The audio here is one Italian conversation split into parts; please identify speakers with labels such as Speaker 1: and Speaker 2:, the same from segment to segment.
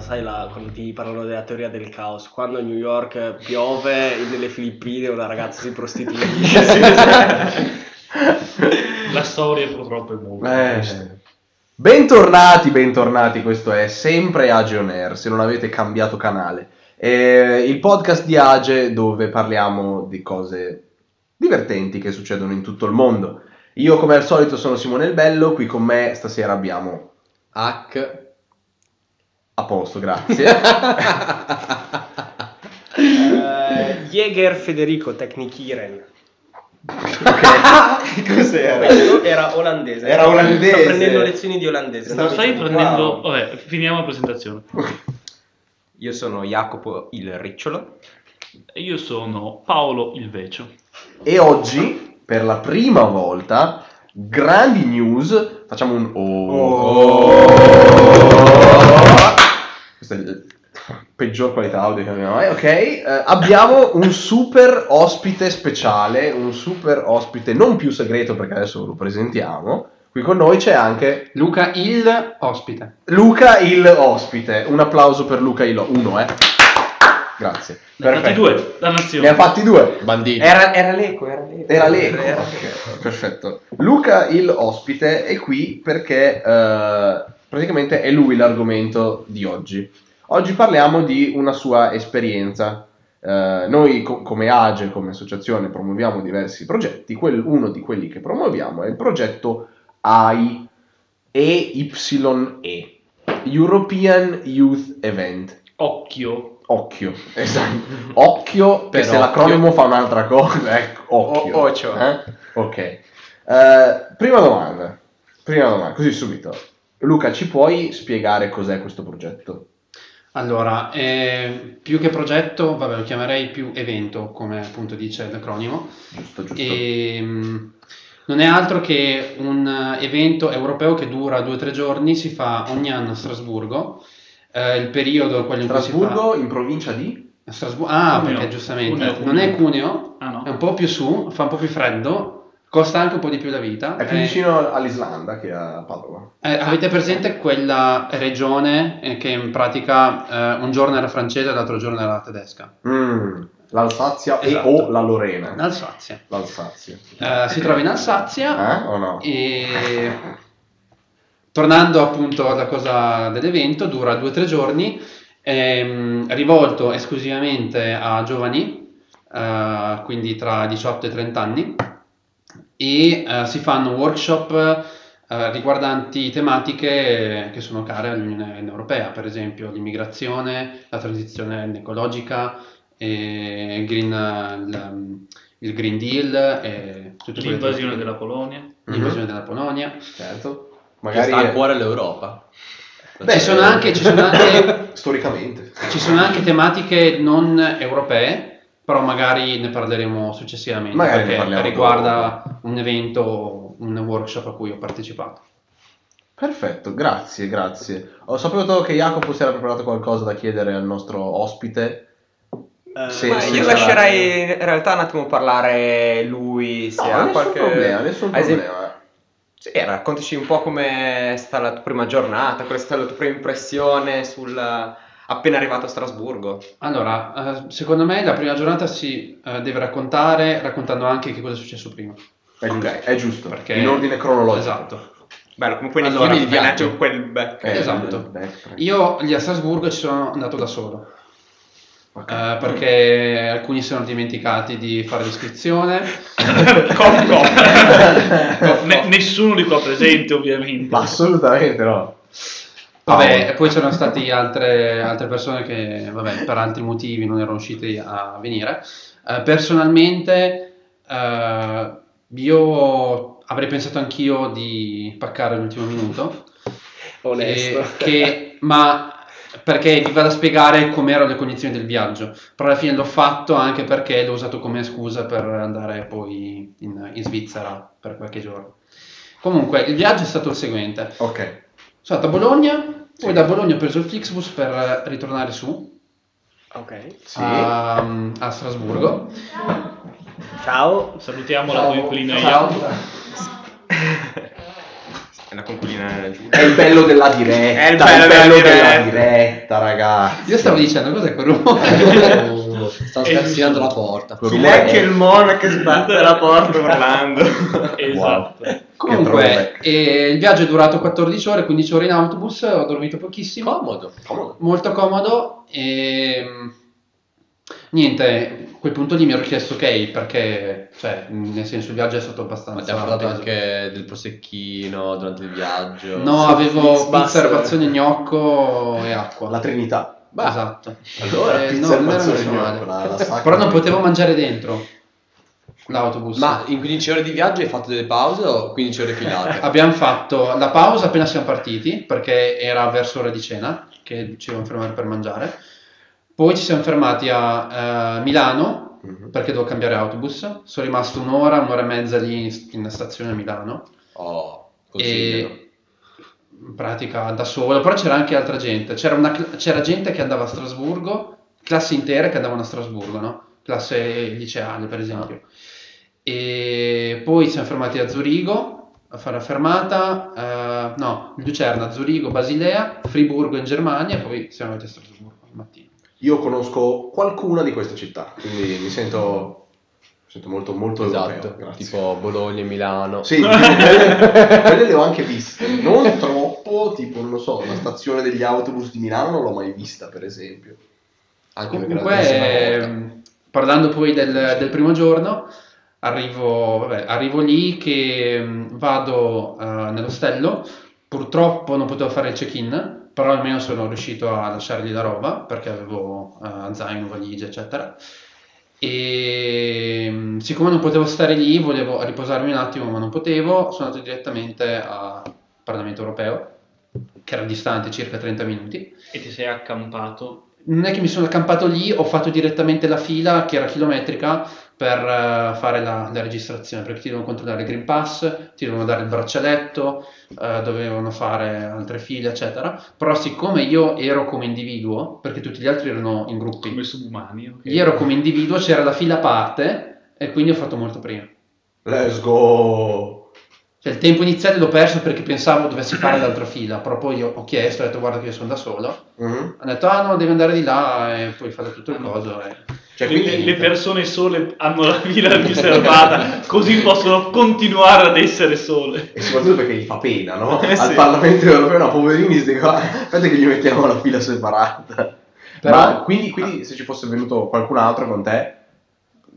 Speaker 1: sai la, quando ti parlano della teoria del caos, quando a New York piove, nelle Filippine una ragazza si prostituisce.
Speaker 2: La storia purtroppo è molto triste.
Speaker 3: Eh. Bentornati, bentornati, questo è sempre Age On Air, se non avete cambiato canale. Eh, il podcast di Age dove parliamo di cose divertenti che succedono in tutto il mondo. Io come al solito sono Simone il Bello, qui con me stasera abbiamo
Speaker 4: Hack.
Speaker 3: a posto, grazie.
Speaker 1: Eh, Jäger Federico Technikiren.
Speaker 3: Cos'era?
Speaker 1: Era olandese.
Speaker 3: Era olandese.
Speaker 1: Sto prendendo lezioni di olandese.
Speaker 2: Lo stai
Speaker 1: Wow.
Speaker 2: prendendo... Vabbè, finiamo la presentazione.
Speaker 4: Io sono Jacopo il Ricciolo.
Speaker 2: Io sono Paolo il Vecio.
Speaker 3: E oggi, per la prima volta, grandi news, facciamo un oh. Questa è il peggior qualità audio che abbiamo mai. Ok, eh, abbiamo un super ospite speciale, un super ospite non più segreto perché adesso ve lo presentiamo. Qui con noi c'è anche
Speaker 5: Luca il ospite.
Speaker 3: Luca il ospite. Un applauso per Luca il uno, eh. Grazie.
Speaker 2: Ne ha fatti
Speaker 3: Perfetto.
Speaker 2: due, la
Speaker 3: Ne
Speaker 2: nazione.
Speaker 3: ha fatti due.
Speaker 5: Bandito.
Speaker 4: Era, era l'eco, era l'eco.
Speaker 3: Era l'eco.
Speaker 4: Era-
Speaker 3: Eh, Ok, Perfetto. Luca, il ospite, è qui perché eh, praticamente è lui l'argomento di oggi. Oggi parliamo di una sua esperienza. Eh, noi co- come AGE, come associazione, promuoviamo diversi progetti. Quel- uno di quelli che promuoviamo è il progetto AI EYE, European Youth Event.
Speaker 2: Occhio.
Speaker 3: Occhio, esatto. Occhio,
Speaker 4: Per
Speaker 3: perché se
Speaker 4: occhio.
Speaker 3: l'acronimo fa un'altra cosa, ecco, occhio.
Speaker 4: O- ocio.
Speaker 3: Eh? Ok. Eh, prima domanda, prima domanda, così subito. Luca, ci puoi spiegare cos'è questo progetto?
Speaker 5: Allora, eh, più che progetto, vabbè, lo chiamerei più evento, come appunto dice l'acronimo.
Speaker 3: Giusto, giusto.
Speaker 5: E, mh, non è altro che un eh, evento europeo che dura due o tre giorni, si fa ogni anno a Strasburgo. Eh, il periodo quello in cui si fa-
Speaker 3: Strasburgo, in provincia di?
Speaker 5: a Strasburgo. Ah,
Speaker 2: Cuneo.
Speaker 5: perché giustamente
Speaker 2: Cuneo, Cuneo.
Speaker 5: non è Cuneo,
Speaker 2: Ah no.
Speaker 3: Eh,
Speaker 5: è un po' più su, fa un po' più freddo, costa anche un po' di più la vita.
Speaker 3: È più
Speaker 5: Eh,
Speaker 3: vicino all'Islanda che a Padova.
Speaker 5: Eh, avete presente quella regione eh, che in pratica eh, un giorno era francese e l'altro giorno era tedesca?
Speaker 3: Mm, L'Alsazia e-
Speaker 5: Esatto.
Speaker 3: o la Lorena?
Speaker 5: L'Alsazia.
Speaker 3: L'Alsazia.
Speaker 5: Eh, si trova in Alsazia
Speaker 3: Eh o no?
Speaker 5: e tornando appunto alla cosa dell'evento, dura due o tre giorni, ehm, rivolto esclusivamente a giovani, eh, quindi tra 18 e 30 anni, e eh, si fanno workshop eh, riguardanti tematiche che sono care all'Unione Europea, per esempio l'immigrazione, la transizione ecologica, eh, il, green, il- il Green Deal, e tutte quelle
Speaker 2: L'invasione
Speaker 5: tematiche.
Speaker 2: della Polonia.
Speaker 5: Mm-hmm. l'invasione della Polonia.
Speaker 3: Certo.
Speaker 4: Che
Speaker 3: Magari
Speaker 4: sta a
Speaker 3: è-
Speaker 4: cuore l'Europa.
Speaker 5: Ci sono anche, ci sono anche,
Speaker 3: storicamente.
Speaker 5: ci sono anche tematiche non europee, però magari ne parleremo successivamente
Speaker 3: Magari ne
Speaker 5: perché
Speaker 3: parliamo
Speaker 5: riguarda un evento, un workshop a cui ho partecipato.
Speaker 3: Perfetto, grazie, grazie. Ho saputo che Jacopo si era preparato qualcosa da chiedere al nostro ospite.
Speaker 1: Eh,
Speaker 3: Sì,
Speaker 4: Ma
Speaker 1: ma
Speaker 3: sì,
Speaker 4: io
Speaker 3: sarà-
Speaker 4: lascerei in realtà un attimo parlare lui se
Speaker 3: No,
Speaker 4: ha
Speaker 3: nessun
Speaker 4: qualche
Speaker 3: problema, nessun
Speaker 4: ad esempio-
Speaker 3: problema.
Speaker 4: Sì, eh, raccontaci un po' come è stata la tua prima giornata, qual è stata la tua prima impressione sul appena arrivato a Strasburgo.
Speaker 5: Allora, eh, secondo me la prima giornata si eh, deve raccontare raccontando anche che cosa è successo prima.
Speaker 3: È giusto, è giusto,
Speaker 5: Perché-
Speaker 3: in ordine cronologico.
Speaker 5: Esatto.
Speaker 4: Bello, comunque nei
Speaker 5: Allora,
Speaker 4: film di
Speaker 5: viaggio.
Speaker 4: viaggio quel back.
Speaker 3: Eh,
Speaker 5: Esatto.
Speaker 3: il backtrack.
Speaker 5: Io lì a Strasburgo ci sono andato da solo.
Speaker 3: Ok.
Speaker 5: Eh, perché alcuni si sono dimenticati di fare l'iscrizione.
Speaker 2: Cop, cop. Ne- nessuno di qua presente, ovviamente.
Speaker 3: Ma assolutamente no.
Speaker 5: Vabbè,
Speaker 3: Paolo.
Speaker 5: e poi c'erano state altre, altre persone che vabbè, per altri motivi non erano riuscite a venire. Eh, personalmente, eh, io avrei pensato anch'io di paccare all'ultimo minuto,
Speaker 1: Onesto.
Speaker 5: eh, che- ma perché vi vado a spiegare com'erano le condizioni del viaggio, però alla fine l'ho fatto anche perché l'ho usato come scusa per andare poi in, in Svizzera per qualche giorno. Comunque, il viaggio è stato il seguente.
Speaker 3: Ok.
Speaker 5: Sono andato a Bologna,
Speaker 3: Sì.
Speaker 5: poi da Bologna ho preso il Flixbus per eh, ritornare su
Speaker 1: Ok.
Speaker 3: Sì.
Speaker 5: Ah, a, a Strasburgo.
Speaker 1: Ciao.
Speaker 2: Salutiamo la coinquilina Jacopo.
Speaker 4: È la concubina della Giulia.
Speaker 3: È il bello della diretta.
Speaker 4: È il bello della diretta.
Speaker 3: diretta, ragazzi.
Speaker 5: Io stavo dicendo cos'è quel rumore?
Speaker 6: Oh, Sta scarseggiando la porta.
Speaker 3: Quello
Speaker 4: Sì,
Speaker 3: lei-
Speaker 4: anche il mono che sbatte la porta urlando.
Speaker 2: Esatto.
Speaker 3: throwback.
Speaker 5: Comunque, eh, il viaggio è durato 14 ore, 15 ore in autobus, ho dormito pochissimo.
Speaker 6: Comodo.
Speaker 5: molto comodo e mh, niente a quel punto lì mi ero chiesto ok perché cioè mh, nel senso il viaggio è stato
Speaker 6: Ma
Speaker 5: abbastanza
Speaker 6: ti ha parlato
Speaker 5: quasi-
Speaker 6: anche del prosecchino durante il viaggio.
Speaker 5: no avevo pizza
Speaker 1: Mixbuster.
Speaker 5: armazione gnocco e acqua
Speaker 3: La Trinità.
Speaker 6: Bah,
Speaker 5: esatto
Speaker 6: Allora,
Speaker 5: Eh,
Speaker 6: pizza
Speaker 5: no,
Speaker 6: e
Speaker 5: non era
Speaker 6: mazzone
Speaker 5: messo male.
Speaker 6: gnocco, la- la sacca
Speaker 5: però non
Speaker 6: di-
Speaker 5: potevo mangiare dentro l'autobus
Speaker 6: Ma in 15 ore di viaggio hai fatto delle pause o 15 ore filate?
Speaker 5: abbiamo fatto la pausa appena siamo partiti perché era verso ora di cena che ci dovevamo fermare per mangiare poi ci siamo fermati a eh, Milano
Speaker 2: Mhm.
Speaker 5: perché devo cambiare autobus. Sono rimasto un'ora, un'ora e mezza lì in- in stazione a Milano.
Speaker 6: Oh, consiglialo.
Speaker 5: E in pratica da solo, però c'era anche altra gente. C'era, una cl- c'era gente che andava a Strasburgo, classi intere che andavano a Strasburgo, no? Classe liceale, per esempio. E poi siamo fermati a Zurigo a fare la fermata, eh, no, Lucerna, Zurigo, Basilea, Friburgo in Germania e poi siamo andati a Strasburgo al mattino.
Speaker 3: Io conosco qualcuna di queste città, quindi mi sento, mi sento molto, molto europeo.
Speaker 6: Esatto,
Speaker 3: Grazie.
Speaker 6: tipo Bologna, Milano.
Speaker 3: Sì, quelle, quelle le ho anche viste, non troppo, tipo, non lo so, la stazione degli autobus di Milano non l'ho mai vista, per esempio.
Speaker 6: Anche perché la
Speaker 5: Comunque,
Speaker 6: prossima volta.
Speaker 5: ehm, parlando poi del, del primo giorno, arrivo, vabbè, arrivo lì che mm, vado eh, nell'ostello. Purtroppo non potevo fare il check-in, però almeno sono riuscito a lasciargli la roba perché avevo eh, zaino, valigia, eccetera. E mm, siccome non potevo stare lì, volevo riposarmi un attimo, ma non potevo, sono andato direttamente al Parlamento europeo, che era distante circa 30 minuti.
Speaker 2: E ti sei accampato.
Speaker 5: Non è che mi sono accampato lì, ho fatto direttamente la fila che era chilometrica per eh, fare la, la registrazione, perché ti devono controllare il Green Pass, ti devono dare il braccialetto, eh, dovevano fare altre file, eccetera. Però siccome io ero come individuo, perché tutti gli altri erano
Speaker 2: Come
Speaker 5: in gruppi,
Speaker 2: subumani. ok.
Speaker 5: io ero come individuo, c'era la fila a parte e quindi ho fatto molto prima.
Speaker 3: Let's go!
Speaker 5: Cioè il tempo iniziale l'ho perso perché pensavo dovessi fare l'altra fila, però poi ho, ho chiesto, ho detto guarda che io sono da solo.
Speaker 3: Mhm.
Speaker 5: Hanno detto ah no, devi andare di là e poi fare tutto il coso. e-
Speaker 3: Cioè,
Speaker 2: Le-
Speaker 3: quindi-
Speaker 2: le, le persone sole hanno la fila riservata, così possono continuare ad essere sole.
Speaker 3: E soprattutto perché gli fa pena, no?
Speaker 2: Eh,
Speaker 3: Al
Speaker 2: sì.
Speaker 3: Parlamento europeo, no, poverini, sti qua. Aspetta che gli mettiamo la fila separata.
Speaker 5: Però-
Speaker 3: Ma quindi, quindi se ci fosse venuto qualcun altro con te,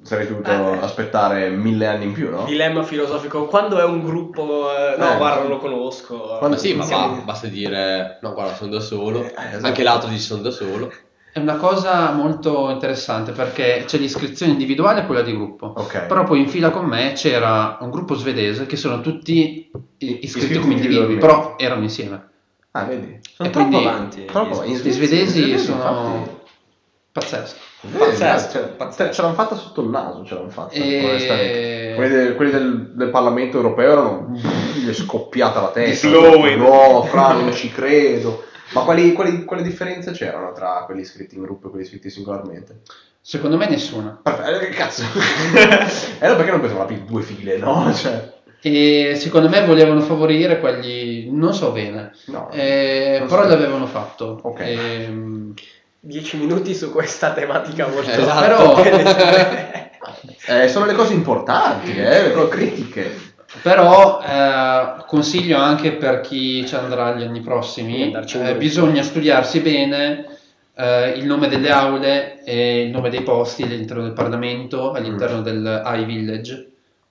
Speaker 3: sarei dovuto
Speaker 1: Eh.
Speaker 3: aspettare mille anni in più, no?
Speaker 1: Dilemma filosofico, quando è un gruppo... eh, no,
Speaker 3: Eh.
Speaker 1: guarda, non lo conosco.
Speaker 6: Ma sì, ma
Speaker 1: Siamo-
Speaker 6: va, Ah, basta dire no, guarda, sono da solo.
Speaker 3: Eh, esatto.
Speaker 6: Anche l'altro dice sono da solo.
Speaker 5: È una cosa molto interessante perché c'è l'iscrizione individuale e quella di gruppo.
Speaker 3: Ok.
Speaker 5: Però poi in fila con me c'era un gruppo svedese che sono tutti i- iscritti
Speaker 3: Iscritti
Speaker 5: come individui,
Speaker 3: individualmente.
Speaker 5: però erano insieme.
Speaker 3: Ah, vedi?
Speaker 6: Sono
Speaker 5: e quindi
Speaker 6: avanti.
Speaker 3: Troppo, in
Speaker 5: gli
Speaker 3: Svezia- in
Speaker 5: svedesi
Speaker 3: Svezia,
Speaker 5: sono pazzeschi.
Speaker 3: infatti, vedi,
Speaker 1: Pazzesco.
Speaker 3: cioè,
Speaker 6: Pazzesco.
Speaker 3: Ce l'hanno fatta sotto il naso, ce l'hanno fatta.
Speaker 5: E-
Speaker 3: onestamente. Quelli, del, quelli del- del Parlamento europeo erano gli è scoppiata la testa.
Speaker 2: Glowing.
Speaker 3: No, fra, non ci credo. Ma quali, quali- quali differenze c'erano tra quelli iscritti in gruppo e quelli iscritti singolarmente?
Speaker 5: Secondo me nessuna.
Speaker 3: Perfetto, eh, che cazzo? era perché non pensavano più due file, no? Cioè,
Speaker 5: E secondo me volevano favorire quelli, non so bene,
Speaker 3: no. Cioè,
Speaker 5: Eh,
Speaker 3: Non
Speaker 5: però
Speaker 3: so.
Speaker 5: l'avevano fatto.
Speaker 3: Ok.
Speaker 5: Ehm,
Speaker 1: 10 minuti su questa tematica molto...
Speaker 6: Esatto.
Speaker 3: Eh, sono le cose importanti, eh, le cose critiche.
Speaker 5: Però eh, consiglio anche per chi ci andrà gli anni
Speaker 1: Di
Speaker 5: prossimi,
Speaker 1: andarci
Speaker 5: eh,
Speaker 1: in giro.
Speaker 5: bisogna studiarsi bene eh, il nome delle aule e il nome dei posti all'interno del Parlamento, all'interno del iVillage,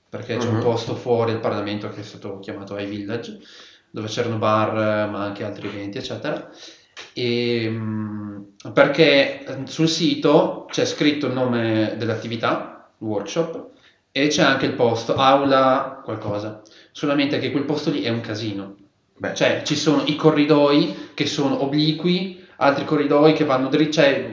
Speaker 5: perché c'è un
Speaker 3: Mhm.
Speaker 5: posto fuori il Parlamento che è stato chiamato iVillage, dove c'erano bar eh, ma anche altri eventi, eccetera. E, mh, perché eh, sul sito c'è scritto il nome dell'attività, workshop, e c'è anche il posto, aula, qualcosa. Solamente che quel posto lì è un casino.
Speaker 3: Beh,
Speaker 5: Cioè, ci sono i corridoi che sono obliqui, altri corridoi che vanno dritti, cioè,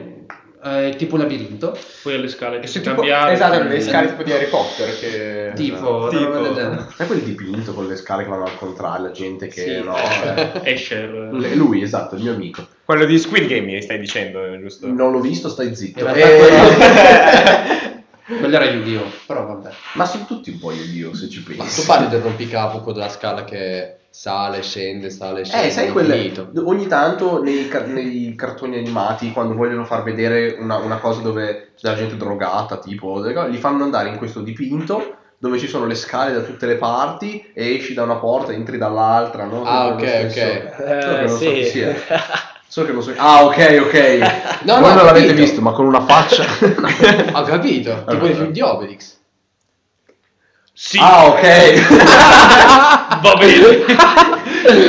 Speaker 5: è tipo un labirinto.
Speaker 2: Poi alle scale ti eh,
Speaker 4: E se
Speaker 2: sei
Speaker 4: tipo-
Speaker 2: cambiato.
Speaker 4: esatto,
Speaker 2: quindi-
Speaker 4: le scale tipo di Harry Potter che...
Speaker 5: tipo, una
Speaker 2: Tipo.
Speaker 5: roba del genere.
Speaker 3: sai quel dipinto con le scale che vanno al contrario, la gente che
Speaker 2: Sì.
Speaker 3: no. eh.
Speaker 2: Escher.
Speaker 3: L- Lui, esatto, il mio amico.
Speaker 4: Quello di Squid Game mi stai dicendo, eh, giusto?
Speaker 3: Eh, Non l'ho visto, stai zitto.
Speaker 5: In realtà
Speaker 3: Eh,
Speaker 5: Quello era Yu-Gi-Oh! Però vabbè.
Speaker 3: Ma sono tutti un po' yu se ci
Speaker 6: Ma
Speaker 3: pensi.
Speaker 6: tu parli del rompicapo con la scala che sale, scende, sale, scende.
Speaker 3: Eh, sai quelle...
Speaker 6: infinito.
Speaker 3: Ogni tanto nei, car- nei cartoni animati, quando vogliono far vedere una, una cosa dove c'è la gente drogata, tipo, li fanno andare in questo dipinto dove ci sono le scale da tutte le parti e esci da una porta, entri dall'altra, no?
Speaker 6: Ah,
Speaker 3: Sempre
Speaker 6: ok,
Speaker 3: lo stesso-
Speaker 6: ok.
Speaker 3: Solo che Eh, non so chi
Speaker 1: Eh, sì.
Speaker 3: sia. Solo che non so... Ah, ok, ok.
Speaker 6: No, no,
Speaker 3: Voi non
Speaker 6: ho
Speaker 3: l'avete
Speaker 6: capito.
Speaker 3: visto, ma con una faccia...
Speaker 6: Ho capito, tipo
Speaker 3: Allora.
Speaker 6: il film di Obelix.
Speaker 2: Sì,
Speaker 3: Ah, oh. ok.
Speaker 2: va bene.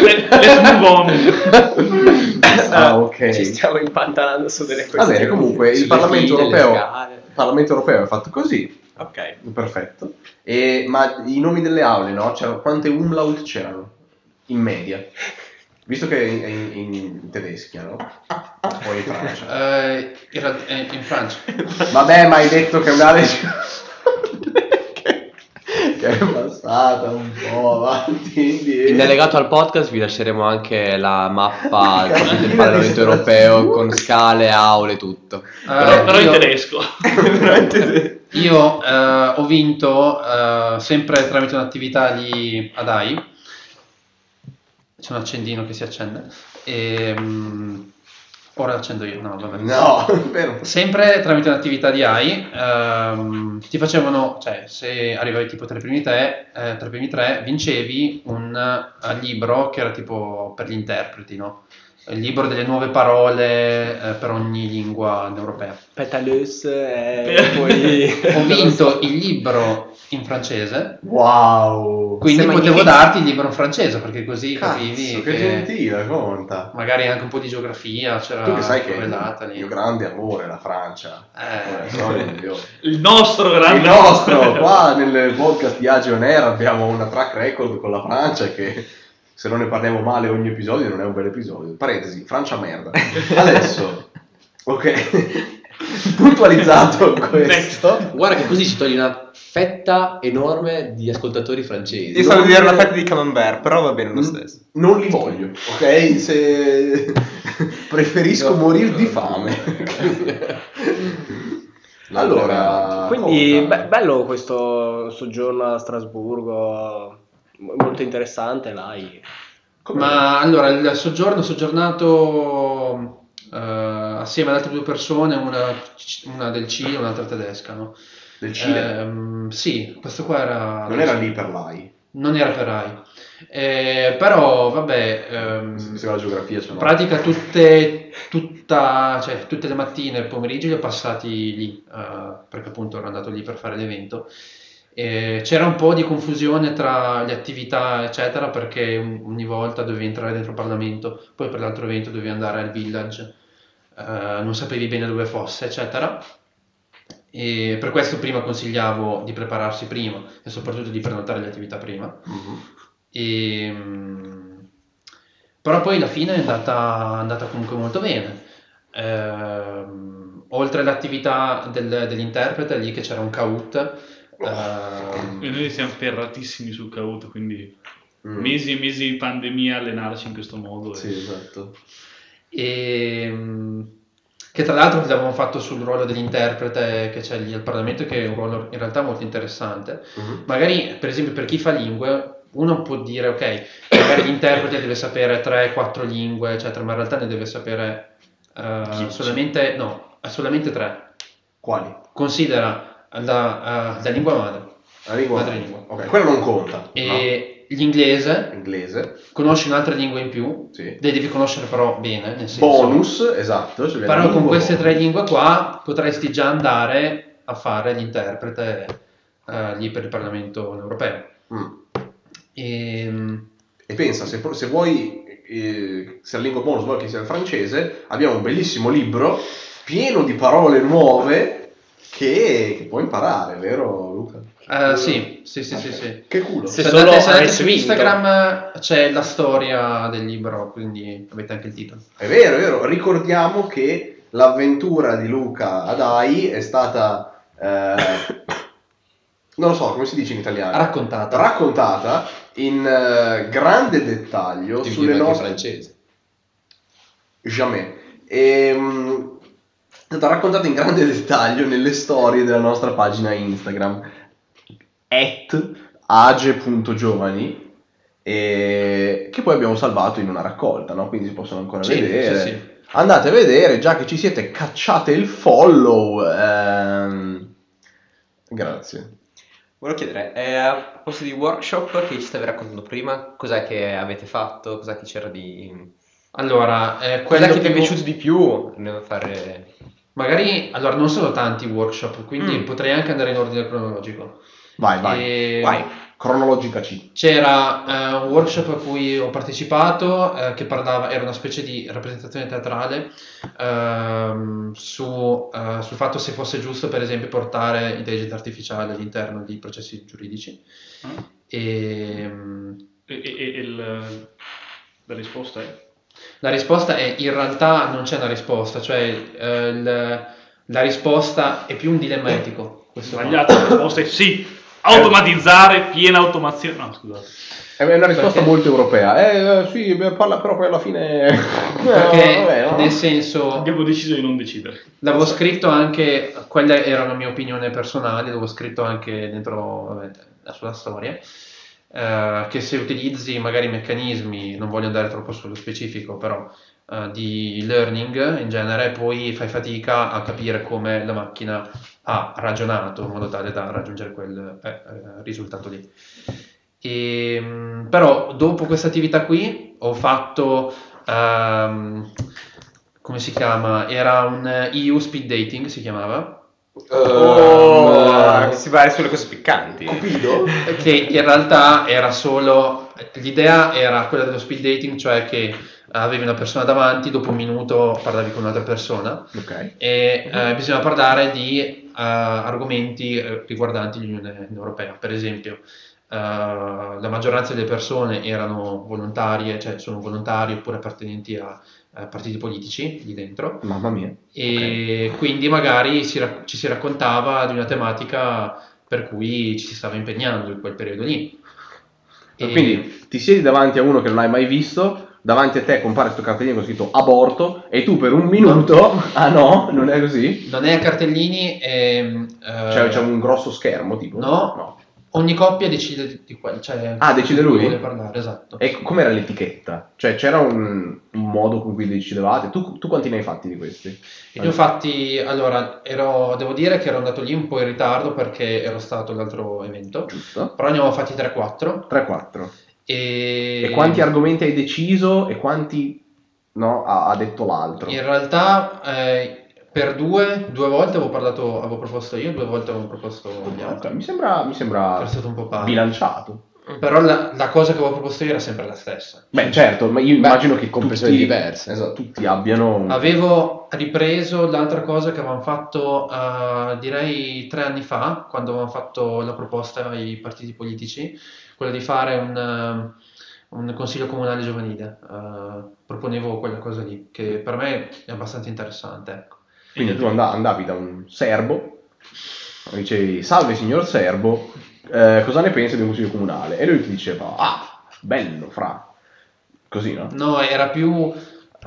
Speaker 2: Let- Let's move on.
Speaker 3: ah, ok.
Speaker 1: Ci stiamo impantanando su delle
Speaker 3: Va
Speaker 1: questioni.
Speaker 3: bene, comunque il
Speaker 6: Sulle
Speaker 3: Parlamento
Speaker 6: file, le
Speaker 3: europeo,
Speaker 6: scale.
Speaker 3: il Parlamento europeo è fatto così,
Speaker 1: Ok.
Speaker 3: perfetto. E- ma i nomi delle aule, no? C'erano, quante umlaut c'erano in media? Visto che è in, in- in tedeschia, no? O in Francia.
Speaker 5: Eh, era- eh, in Francia.
Speaker 3: Vabbè, ma hai detto che una che, che è passata un po' avanti
Speaker 6: In
Speaker 3: indietro.
Speaker 6: delegato al podcast vi lasceremo anche la mappa
Speaker 3: Cartina
Speaker 6: del
Speaker 3: di
Speaker 6: Parlamento
Speaker 3: Strasburgo.
Speaker 6: europeo con scale, aule, tutto.
Speaker 2: Però, però in
Speaker 5: Eh, io-
Speaker 2: tedesco.
Speaker 5: Io eh, ho vinto eh, sempre tramite un'attività di Adai. C'è un accendino che si accende. E, mm, ora lo accendo io. No, vabbè.
Speaker 3: No, vero.
Speaker 5: Sempre tramite un'attività di AI, ehm, ti facevano, cioè se arrivavi tipo tra i primi tre, eh, tra i primi tre vincevi un eh, libro che era tipo per gli interpreti, no? Il libro delle nuove parole eh, per ogni lingua europea.
Speaker 1: Petalus e
Speaker 2: Per-
Speaker 1: poi...
Speaker 5: Ho vinto il libro in francese,
Speaker 3: Wow.
Speaker 5: quindi
Speaker 4: Sei
Speaker 5: potevo
Speaker 4: magnifico.
Speaker 5: darti il libro in francese perché così
Speaker 3: Cazzo,
Speaker 5: capivi
Speaker 3: che gentile, conta.
Speaker 5: magari anche un po' di geografia c'era
Speaker 3: Tu che sai che è
Speaker 5: correlata Ah, lì.
Speaker 3: il mio grande amore la Francia. Eh,
Speaker 5: Eh,
Speaker 3: sono il migliore.
Speaker 2: Il nostro grande
Speaker 3: Il nostro, qua nel podcast di Agio On Air abbiamo una track record con la Francia che se non ne parliamo male ogni episodio non è un bel episodio. Parentesi, Francia merda. Adesso, ok, puntualizzato questo.
Speaker 6: Guarda che così ci togli una fetta enorme di ascoltatori francesi. Mm.
Speaker 4: Io stavo per dire una fetta di Camembert, però va bene lo stesso.
Speaker 3: Non li voglio, ok? Se... Preferisco
Speaker 6: No,
Speaker 3: morire
Speaker 6: no,
Speaker 3: di
Speaker 6: no.
Speaker 3: fame. allora,
Speaker 1: Quindi
Speaker 3: conta.
Speaker 1: be- bello questo soggiorno a Strasburgo, mo- molto interessante l'AI.
Speaker 3: Com'è?
Speaker 5: Ma allora il soggiorno, ho soggiornato eh, assieme ad altre due persone, una, una del Cile e un'altra tedesca. No?
Speaker 3: del Cile
Speaker 5: Ehm, sì, questo qua era.
Speaker 3: non era lì per l'AI,
Speaker 5: Non era per Rai. Eh, però vabbè, ehm,
Speaker 3: se se la geografia se
Speaker 5: in
Speaker 3: no.
Speaker 5: pratica tutte, tutta- cioè, tutte le mattine e pomeriggi li ho passati lì, eh, perché appunto ero andato lì per fare l'evento. Eh, c'era un po' di confusione tra le attività, eccetera, perché un- ogni volta dovevi entrare dentro Parlamento, poi per l'altro evento dovevi andare al village, eh, non sapevi bene dove fosse, eccetera. E per questo prima consigliavo di prepararsi prima e soprattutto di prenotare le attività prima.
Speaker 3: Mhm.
Speaker 5: E, mm, però poi la fine è andata, è andata comunque molto bene. Ehm, oltre all'attività del- dell'interprete, lì che c'era un caut.
Speaker 2: E
Speaker 5: ehm,
Speaker 2: noi siamo ferratissimi sul cauto, quindi
Speaker 3: Mm.
Speaker 2: mesi e mesi di pandemia allenarci in questo modo.
Speaker 3: Sì,
Speaker 2: e-
Speaker 3: esatto.
Speaker 5: e, mm, che tra l'altro l'avevamo fatto sul ruolo dell'interprete che c'è lì al Parlamento, che è un ruolo in realtà molto interessante.
Speaker 3: Mhm.
Speaker 5: magari per esempio per chi fa lingue uno può dire ok magari l'interprete deve sapere 3-4 lingue eccetera ma in realtà ne deve sapere eh,
Speaker 2: Chi-
Speaker 5: solamente no solamente 3
Speaker 3: Quali?
Speaker 5: considera la, eh, la lingua madre
Speaker 3: La lingua
Speaker 5: Madrelingua.
Speaker 3: Ok, quello non conta.
Speaker 5: e l'inglese
Speaker 3: no? Inglese,
Speaker 5: conosci un'altra lingua in più
Speaker 3: sì.
Speaker 5: le devi conoscere però bene nel senso
Speaker 3: Bonus, esatto. cioè la
Speaker 5: però con
Speaker 3: lingua
Speaker 5: queste
Speaker 3: bonus.
Speaker 5: tre lingue qua potresti già andare a fare l'interprete eh, lì per il Parlamento europeo
Speaker 3: Mm.
Speaker 5: Ehm,
Speaker 3: E pensa, se, pro- se vuoi, eh, se la lingua bonus vuoi che sia il francese, abbiamo un bellissimo libro pieno di parole nuove che, che puoi imparare, vero Luca?
Speaker 5: Eh, sì, sì, sì, sì,
Speaker 3: Ok.
Speaker 5: sì.
Speaker 3: Che culo.
Speaker 1: Se
Speaker 5: Se
Speaker 1: solo
Speaker 5: andate, se andate
Speaker 1: avessi
Speaker 5: su
Speaker 1: vinto.
Speaker 5: Instagram eh, c'è la storia del libro, quindi avete anche il titolo.
Speaker 3: È vero, è vero. Ricordiamo che l'avventura di Luca ad AI è stata... eh, non lo so, come si dice in italiano?
Speaker 5: Raccontata.
Speaker 3: raccontata in eh, grande dettaglio
Speaker 6: Ti
Speaker 3: sulle
Speaker 6: vedo anche
Speaker 3: nostre
Speaker 6: francese.
Speaker 3: jamais. Ehm, stato raccontato in grande dettaglio nelle storie della nostra pagina Instagram at age.giovani e che poi abbiamo salvato in una raccolta, no? quindi si possono ancora
Speaker 6: Sì,
Speaker 3: vedere.
Speaker 6: sì, sì.
Speaker 3: Andate a vedere, già che ci siete, cacciate il follow. ehm. Grazie.
Speaker 4: Volevo chiedere, eh, a proposito di workshop che ci stavi raccontando prima, cos'è che avete fatto, cos'è che c'era di...
Speaker 5: Allora, eh,
Speaker 4: Cos'è
Speaker 5: quello
Speaker 4: che ti è
Speaker 5: più-
Speaker 4: piaciuto di più nel fare...
Speaker 5: Magari, allora, non sono tanti workshop, quindi
Speaker 4: Mm.
Speaker 5: potrei anche andare in ordine cronologico.
Speaker 3: Vai, vai.
Speaker 5: E-
Speaker 3: vai. Cronologica C.
Speaker 5: C'era eh, un workshop a cui ho partecipato eh, che parlava, era una specie di rappresentazione teatrale ehm, su, eh, sul fatto se fosse giusto, per esempio, portare intelligenza artificiale all'interno di processi giuridici. E, mm,
Speaker 2: E, e- e il- la risposta è...
Speaker 5: la risposta è in realtà non c'è una risposta, cioè eh, il- la risposta è più un dilemma etico. Questo qua.
Speaker 2: Sbagliata, la risposta è sì. Automatizzare, piena automazione... No, scusate.
Speaker 3: È una risposta
Speaker 5: Perché?
Speaker 3: molto europea. Eh, eh, sì, beh, parla però poi alla fine... Eh,
Speaker 5: Perché
Speaker 3: vabbè, no?
Speaker 5: nel senso
Speaker 2: Abbiamo deciso di non decidere.
Speaker 5: L'avevo scritto anche, quella era la mia opinione personale, l'avevo scritto anche dentro vabbè, la sua storia, eh, che se utilizzi magari meccanismi, non voglio andare troppo sullo specifico, però eh, di learning in genere, poi fai fatica a capire come la macchina ha ragionato in modo tale da raggiungere quel eh, eh, risultato lì. E, mh, però dopo questa attività qui ho fatto, ehm, come si chiama? Era un eh, EU speed dating, si chiamava.
Speaker 4: Oh, si va sulle cose piccanti.
Speaker 3: Cupido?
Speaker 5: che in realtà era solo l'idea era quella dello speed dating, cioè che avevi una persona davanti, dopo un minuto parlavi con un'altra persona
Speaker 3: Ok.
Speaker 5: e eh, bisognava parlare di eh, argomenti eh, riguardanti l'Unione Europea. Per esempio, eh, la maggioranza delle persone erano volontarie, cioè sono volontari oppure appartenenti a eh, partiti politici lì dentro
Speaker 3: Mamma mia.
Speaker 5: e quindi magari si rac- ci si raccontava di una tematica per cui ci si stava impegnando in quel periodo lì. E-
Speaker 3: Ah, Quindi ti siedi davanti a uno che non hai mai visto, davanti a te compare questo cartellino con scritto aborto e tu per un minuto... Ah no, non è così?
Speaker 5: non è a cartellini, ehm, eh,
Speaker 3: Cioè c'è un grosso schermo tipo?
Speaker 5: No. ogni coppia decide di, di quel, cioè,
Speaker 3: Ah, decide
Speaker 5: di cui
Speaker 3: lui?
Speaker 5: vuole parlare, esatto.
Speaker 3: E com'era l'etichetta? Cioè c'era un, un modo con cui decidevate? Tu, tu quanti ne hai fatti di questi?
Speaker 5: E ne ho fatti, allora, ero, devo dire che ero andato lì un po' in ritardo perché ero stato all'altro evento,
Speaker 3: Giusto?
Speaker 5: però ne ho fatti 3-4
Speaker 3: 3-4.
Speaker 5: e...
Speaker 3: E quanti argomenti hai deciso e quanti no, ha, ha detto l'altro?
Speaker 5: In realtà eh, per due, due volte avevo parlato, avevo proposto io, due volte avevo proposto
Speaker 3: Guarda,
Speaker 5: Bianca.
Speaker 3: Mi sembra, mi sembra
Speaker 5: Era stato un po' pazzo.
Speaker 3: bilanciato.
Speaker 5: Però la, la cosa che avevo proposto io era sempre la stessa.
Speaker 3: Beh, certo, ma io
Speaker 6: Beh,
Speaker 3: immagino che
Speaker 6: comprensioni
Speaker 3: tutti,
Speaker 6: diverse.
Speaker 3: esatto, tutti abbiano un-
Speaker 5: Avevo ripreso l'altra cosa che avevamo fatto, eh, direi tre anni fa, quando avevamo fatto la proposta ai partiti politici, quella di fare un, eh, un consiglio comunale giovanile. Eh, proponevo quella cosa lì, che per me è abbastanza interessante. ecco.
Speaker 3: Quindi tu anda- andavi da un serbo, e dicevi, salve signor serbo, eh, cosa ne pensi di un consiglio comunale? E lui ti diceva, ah, bello, fra. Così, no?
Speaker 5: No, era più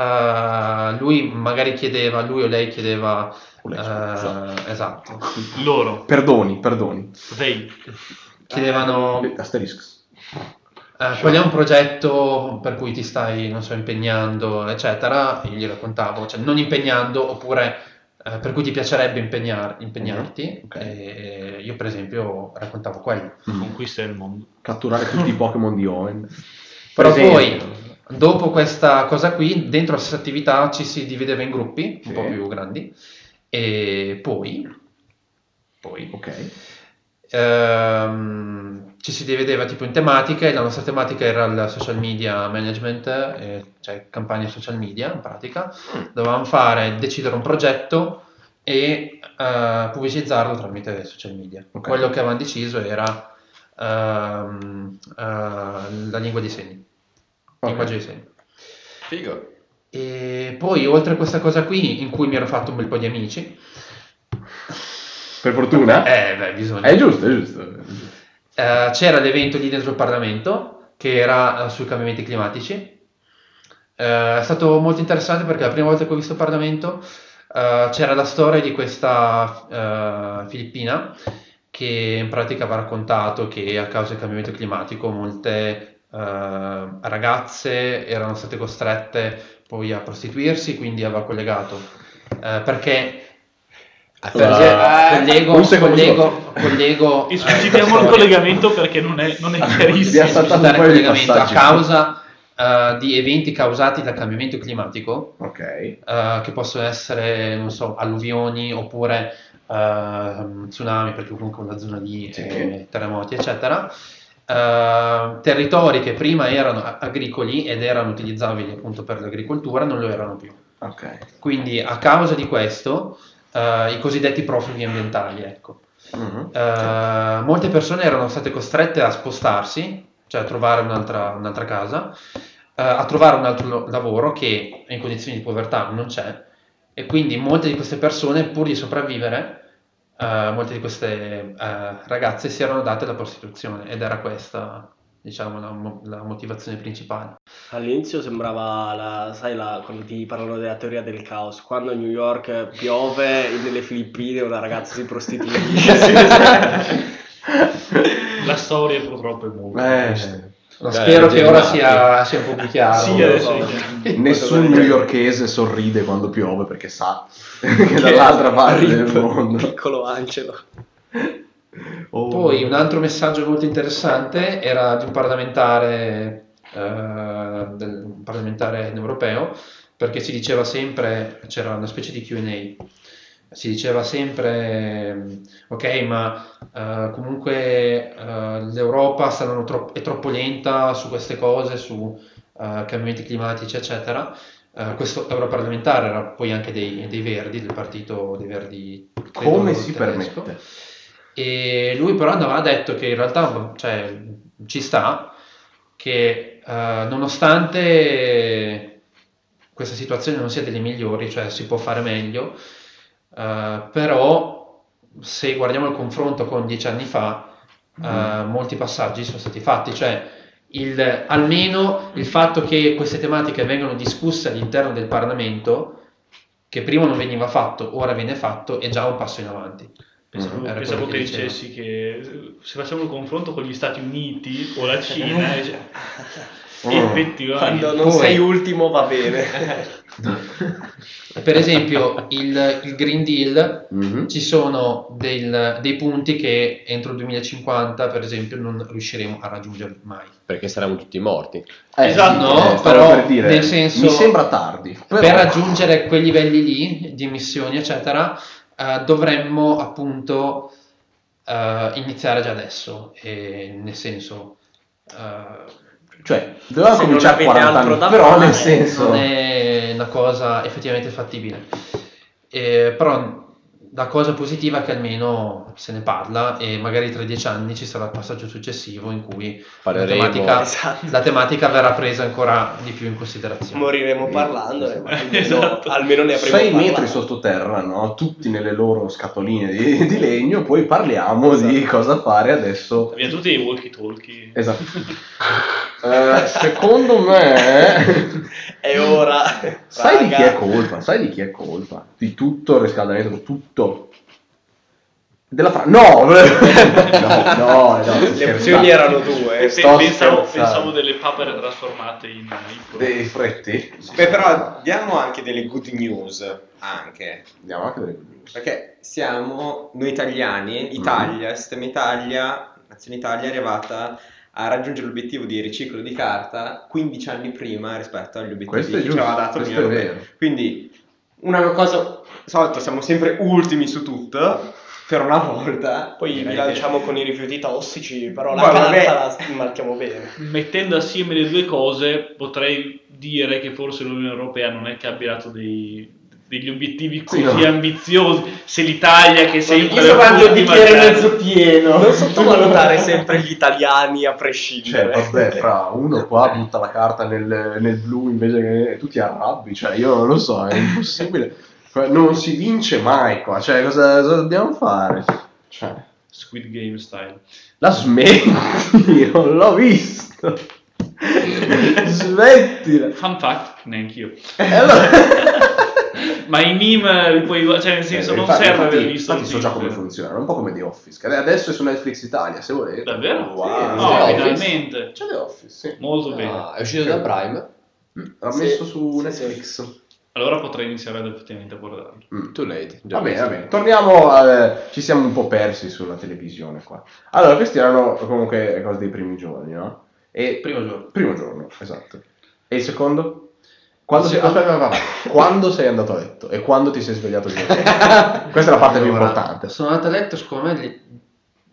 Speaker 5: eh, lui magari chiedeva, lui o lei chiedeva
Speaker 3: O lei,
Speaker 5: eh,
Speaker 3: scusa.
Speaker 5: esatto.
Speaker 2: Loro,
Speaker 3: Perdoni, perdoni.
Speaker 2: they.
Speaker 5: Chiedevano eh,
Speaker 3: Asterisks.
Speaker 5: qual è un progetto per cui ti stai, non so, impegnando, eccetera, e gli raccontavo, cioè non impegnando oppure eh, per cui ti piacerebbe impegnar- impegnarti.
Speaker 3: Mhm, ok.
Speaker 5: E io per esempio raccontavo quello.
Speaker 3: Mm.
Speaker 2: Conquista il mondo.
Speaker 3: Catturare tutti i Pokémon di Owen.
Speaker 5: Però
Speaker 3: Per
Speaker 5: poi,
Speaker 3: esempio.
Speaker 5: dopo questa cosa qui, dentro la stessa attività ci si divideva in gruppi
Speaker 3: Sì.
Speaker 5: un po' più grandi e poi, poi
Speaker 3: Ok.
Speaker 5: ehm, ci si divideva tipo in tematiche, la nostra tematica era il social media management, eh, cioè campagne social media in pratica,
Speaker 3: Mm.
Speaker 5: dovevamo fare, decidere un progetto e eh, pubblicizzarlo tramite social media.
Speaker 3: Ok.
Speaker 5: Quello che avevamo deciso era ehm, eh, la lingua dei segni,
Speaker 3: Ok.
Speaker 5: linguaggio dei segni.
Speaker 6: Figo.
Speaker 5: E poi, oltre a questa cosa qui, in cui mi ero fatto un bel po' di amici,
Speaker 3: Per fortuna.
Speaker 5: eh, beh, bisogna.
Speaker 3: È giusto, è giusto.
Speaker 5: Eh, c'era l'evento lì dentro il Parlamento che era eh, sui cambiamenti climatici. Eh, è stato molto interessante perché la prima volta che ho visto il Parlamento eh, c'era la storia di questa eh, filippina che in pratica aveva raccontato che a causa del cambiamento climatico molte eh, ragazze erano state costrette poi a prostituirsi, quindi aveva collegato eh, perché
Speaker 3: Ah.
Speaker 5: collego,
Speaker 3: Un secondo
Speaker 5: collego, collego, eh,
Speaker 2: Discutiamo il
Speaker 5: storia.
Speaker 2: collegamento perché non è, non è
Speaker 3: Abbiamo
Speaker 2: chiarissimo.
Speaker 3: saltato un
Speaker 5: Dare
Speaker 3: paio di
Speaker 5: collegamento a
Speaker 3: passaggi.
Speaker 5: causa eh, di eventi causati dal cambiamento climatico
Speaker 3: Ok.
Speaker 5: eh, che possono essere, non so, alluvioni oppure ehm, tsunami, perché comunque è una zona di
Speaker 3: Sì.
Speaker 5: eh, terremoti, eccetera. Eh, territori che prima erano a- agricoli ed erano utilizzabili appunto per l'agricoltura non lo erano più.
Speaker 3: Ok.
Speaker 5: Quindi a causa di questo eh, i cosiddetti profughi ambientali, ecco.
Speaker 3: Mhm.
Speaker 5: Eh, molte persone erano state costrette a spostarsi, cioè a trovare un'altra, un'altra casa, eh, a trovare un altro lo- lavoro che in condizioni di povertà non c'è e quindi molte di queste persone, pur di sopravvivere, eh, molte di queste eh, ragazze si erano date alla prostituzione ed era questa, diciamo, la, mo- la motivazione principale.
Speaker 1: All'inizio sembrava, la, sai, la, quando ti parlano della teoria del caos, quando a New York piove, in- nelle Filippine una ragazza si prostituisce.
Speaker 2: La storia purtroppo è molto. triste.
Speaker 3: Eh,
Speaker 5: No,
Speaker 6: Dai,
Speaker 5: spero che
Speaker 6: gente,
Speaker 5: ora
Speaker 6: ma-
Speaker 5: sia, sia un po' più chiaro.
Speaker 2: Sì,
Speaker 1: lo
Speaker 2: adesso
Speaker 1: so.
Speaker 2: è chiaro.
Speaker 1: Qualcosa
Speaker 3: nessun
Speaker 1: del genere.
Speaker 3: newyorkese sorride quando piove perché sa che dall'altra parte
Speaker 1: Rip,
Speaker 3: del mondo.
Speaker 1: Piccolo angelo.
Speaker 3: Oh.
Speaker 5: Poi un altro messaggio molto interessante era di un parlamentare, eh, del- un parlamentare europeo, perché si diceva sempre, c'era una specie di QA, si diceva sempre, mm, ok, ma eh, comunque eh, l'Europa stanno tro- è troppo lenta su queste cose, su eh, cambiamenti climatici, eccetera. Eh, questo europarlamentare era poi anche dei, dei Verdi, del partito dei Verdi. credo,
Speaker 3: Come si
Speaker 5: tedesco.
Speaker 3: permette?
Speaker 5: E lui però aveva detto che in realtà cioè, ci sta, che eh, nonostante questa situazione non sia delle migliori, cioè si può fare meglio, eh, però se guardiamo il confronto con dieci anni fa, eh,
Speaker 3: Mm.
Speaker 5: molti passaggi sono stati fatti, cioè il- almeno il fatto che queste tematiche vengano discusse all'interno del Parlamento, che prima non veniva fatto, ora viene fatto, è già un passo in avanti.
Speaker 2: Pensavo,
Speaker 5: Era
Speaker 2: pensavo
Speaker 5: quello
Speaker 2: che
Speaker 5: che diceva.
Speaker 2: dicessi che eh, se facciamo il confronto con gli Stati Uniti o la Cina, eh, cioè,
Speaker 1: Quando
Speaker 2: effettivamente.
Speaker 1: non
Speaker 5: Poi-
Speaker 1: sei ultimo va bene.
Speaker 5: Per esempio, il, il Green Deal
Speaker 3: Mhm.
Speaker 5: ci sono del- dei punti che entro il 2050, per esempio, non riusciremo a raggiungere mai.
Speaker 6: Perché saremmo tutti morti.
Speaker 3: Eh,
Speaker 2: Esatto,
Speaker 3: sì, eh,
Speaker 5: no,
Speaker 3: stavo
Speaker 5: però,
Speaker 3: per dire,
Speaker 5: nel senso-
Speaker 3: mi sembra tardi. però-
Speaker 5: Per raggiungere quei livelli lì di emissioni, eccetera, eh, dovremmo appunto eh, iniziare già adesso, E nel senso. eh,
Speaker 3: cioè, doveva
Speaker 1: Se non
Speaker 3: cominciare a
Speaker 1: avete
Speaker 3: 40
Speaker 1: altro
Speaker 3: anni,
Speaker 1: da
Speaker 3: però
Speaker 1: fare,
Speaker 3: nel senso
Speaker 5: non è una cosa effettivamente fattibile. Eh, però la cosa positiva è che almeno se ne parla e magari tra dieci anni ci sarà il passaggio successivo in cui
Speaker 6: Parleremo.
Speaker 5: La tematica-
Speaker 1: Esatto.
Speaker 5: la tematica verrà presa ancora di più in considerazione.
Speaker 1: Moriremo parlandone, ma almeno,
Speaker 2: Esatto.
Speaker 1: almeno ne avremo
Speaker 3: 6
Speaker 1: parlato.
Speaker 3: metri sottoterra, no? Tutti nelle loro scatoline di, di legno, poi parliamo di
Speaker 1: Esatto.
Speaker 3: cosa fare adesso.
Speaker 2: Abbiamo tutti i walkie talkie.
Speaker 3: Esatto. Eh, secondo me
Speaker 1: È ora.
Speaker 3: Sai di chi
Speaker 1: raga.
Speaker 3: è colpa? Sai di chi è colpa? Di tutto il riscaldamento, tutto. Della Francia. No! no, no, no. sto
Speaker 1: Le
Speaker 3: scherzando.
Speaker 1: opzioni erano due.
Speaker 2: Pe-
Speaker 1: eh.
Speaker 3: Sì. sto
Speaker 2: pensavo,
Speaker 3: scherzando.
Speaker 2: pensavo delle papere trasformate in in-
Speaker 3: Dei fretti.
Speaker 4: Beh, però diamo anche delle good news, anche.
Speaker 3: Andiamo anche delle good news.
Speaker 4: Perché siamo noi italiani, Italia, il sistema Italia, Nazione Italia è arrivata a raggiungere l'obiettivo di riciclo di carta 15 anni prima rispetto agli obiettivi
Speaker 3: Questo è
Speaker 4: che ci aveva
Speaker 3: giusto,
Speaker 4: dato
Speaker 3: questo
Speaker 4: l'Unione
Speaker 3: è
Speaker 4: Europea.
Speaker 3: vero.
Speaker 4: Quindi una cosa, solito siamo sempre ultimi su tutto, per una volta.
Speaker 1: Poi
Speaker 4: direi
Speaker 1: bilanciamo con i rifiuti tossici, però la
Speaker 4: Guarda,
Speaker 1: carta
Speaker 4: beh.
Speaker 1: la marchiamo bene.
Speaker 2: Mettendo assieme le due cose, potrei dire che forse l'Unione Europea non è che abbia dato dei- degli obiettivi
Speaker 3: Sì,
Speaker 2: così
Speaker 3: no.
Speaker 2: ambiziosi. Se l'Italia, che sempre
Speaker 1: Io
Speaker 2: è
Speaker 1: quando il
Speaker 2: l'ultima
Speaker 1: bicchiere
Speaker 2: terra-
Speaker 1: mezzo pieno. Non sottovalutare sempre gli italiani a prescindere.
Speaker 3: Cioè, vabbè, fra uno qua butta la carta nel, nel blu invece che tu ti arrabbi, cioè io non lo so, è impossibile. Cioè, Non si vince mai qua, cioè cosa, cosa dobbiamo fare? Cioè,
Speaker 2: Squid Game style.
Speaker 3: la smetti, io non l'ho visto. Smettila. Eh,
Speaker 2: Fun fact, neanche io.
Speaker 3: E allora...
Speaker 2: ma i meme li puoi... Cioè, nel senso,
Speaker 3: Eh,
Speaker 2: non
Speaker 3: infatti-
Speaker 2: serve aver
Speaker 3: infatti-
Speaker 2: visto
Speaker 3: infatti so
Speaker 2: il
Speaker 3: già
Speaker 2: film.
Speaker 3: come funziona, un po' come The Office, che adesso è su Netflix Italia, se volete.
Speaker 2: Davvero?
Speaker 3: Wow.
Speaker 6: Sì,
Speaker 2: No,
Speaker 6: The Office.
Speaker 2: finalmente.
Speaker 3: C'è The Office, sì.
Speaker 2: Molto bene.
Speaker 6: Ah, è uscito da Prime.
Speaker 3: Mm, L'ha
Speaker 6: Sì,
Speaker 3: messo su
Speaker 6: sì,
Speaker 3: Netflix.
Speaker 2: Allora potrei iniziare ad effettivamente a guardarlo.
Speaker 3: Mm.
Speaker 6: Too late. Già
Speaker 3: Va bene,
Speaker 6: visto.
Speaker 3: va bene. Torniamo al- Ci siamo un po' persi sulla televisione qua. Allora, queste erano comunque le cose dei primi giorni, no? E
Speaker 5: Primo giorno.
Speaker 3: primo giorno, esatto. E il secondo? Quando
Speaker 6: Il
Speaker 3: sei...
Speaker 6: secondo-
Speaker 3: aspetta, aspetta, aspetta. Quando sei andato a letto e quando ti sei svegliato di notte? Questa è la parte più
Speaker 5: Allora,
Speaker 3: importante.
Speaker 5: Sono andato a letto, secondo me lì-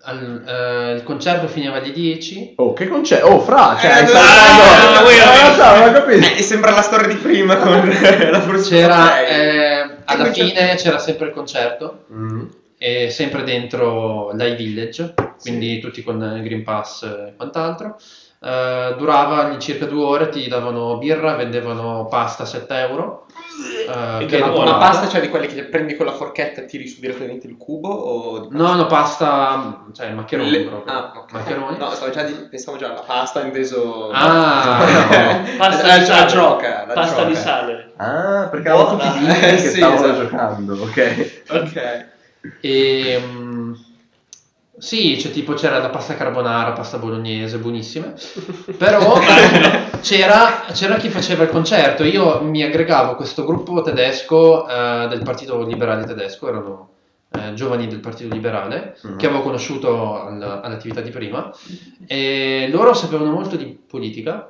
Speaker 5: al- eh, il concerto finiva alle 10.
Speaker 3: Oh, che concetto? Oh, fra, cioè,
Speaker 4: Eh,
Speaker 3: hai
Speaker 4: no,
Speaker 3: saltato-
Speaker 2: no, no,
Speaker 3: Eh,
Speaker 2: wait,
Speaker 3: lo so,
Speaker 2: wait.
Speaker 3: non ho capito.
Speaker 4: Eh, sembra la storia di prima con la frusta.
Speaker 5: C'era,
Speaker 4: Ok.
Speaker 5: eh, alla
Speaker 4: concerto?
Speaker 5: fine c'era sempre il concerto,
Speaker 3: Mm.
Speaker 5: e sempre dentro l'I Village, quindi tutti con il Green Pass e quant'altro. Eh, durava all'incirca due ore, ti davano birra, vendevano pasta a 7 euro. eh,
Speaker 2: Ed
Speaker 5: che
Speaker 2: era buona.
Speaker 5: era
Speaker 3: Ah.
Speaker 5: buona.
Speaker 4: Una pasta, cioè di quelle che prendi con la forchetta e tiri su direttamente il cubo? O
Speaker 5: No, no, pasta, cioè maccheroni
Speaker 4: Le-
Speaker 5: proprio.
Speaker 4: Ah, ok.
Speaker 5: Maccheroni.
Speaker 4: No, stavo già di- pensavo già alla pasta, inteso...
Speaker 5: Ah,
Speaker 2: no. Pasta
Speaker 4: la,
Speaker 2: di
Speaker 4: la
Speaker 2: sale.
Speaker 4: gioca, la
Speaker 2: Pasta
Speaker 4: gioca.
Speaker 2: di sale.
Speaker 3: Ah, perché erano
Speaker 4: Buona.
Speaker 3: tutti i bimbi che
Speaker 4: Eh, sì,
Speaker 3: stavano
Speaker 4: esatto.
Speaker 3: giocando, ok.
Speaker 4: Ok.
Speaker 5: E, mm, sì, c'è tipo c'era la pasta carbonara, pasta bolognese, buonissime. Però eh, c'era, c'era chi faceva il concerto. Io mi aggregavo a questo gruppo tedesco eh, del Partito Liberale Tedesco, erano eh, giovani del Partito Liberale
Speaker 3: Mhm.
Speaker 5: che avevo conosciuto al- all'attività di prima. E loro sapevano molto di politica.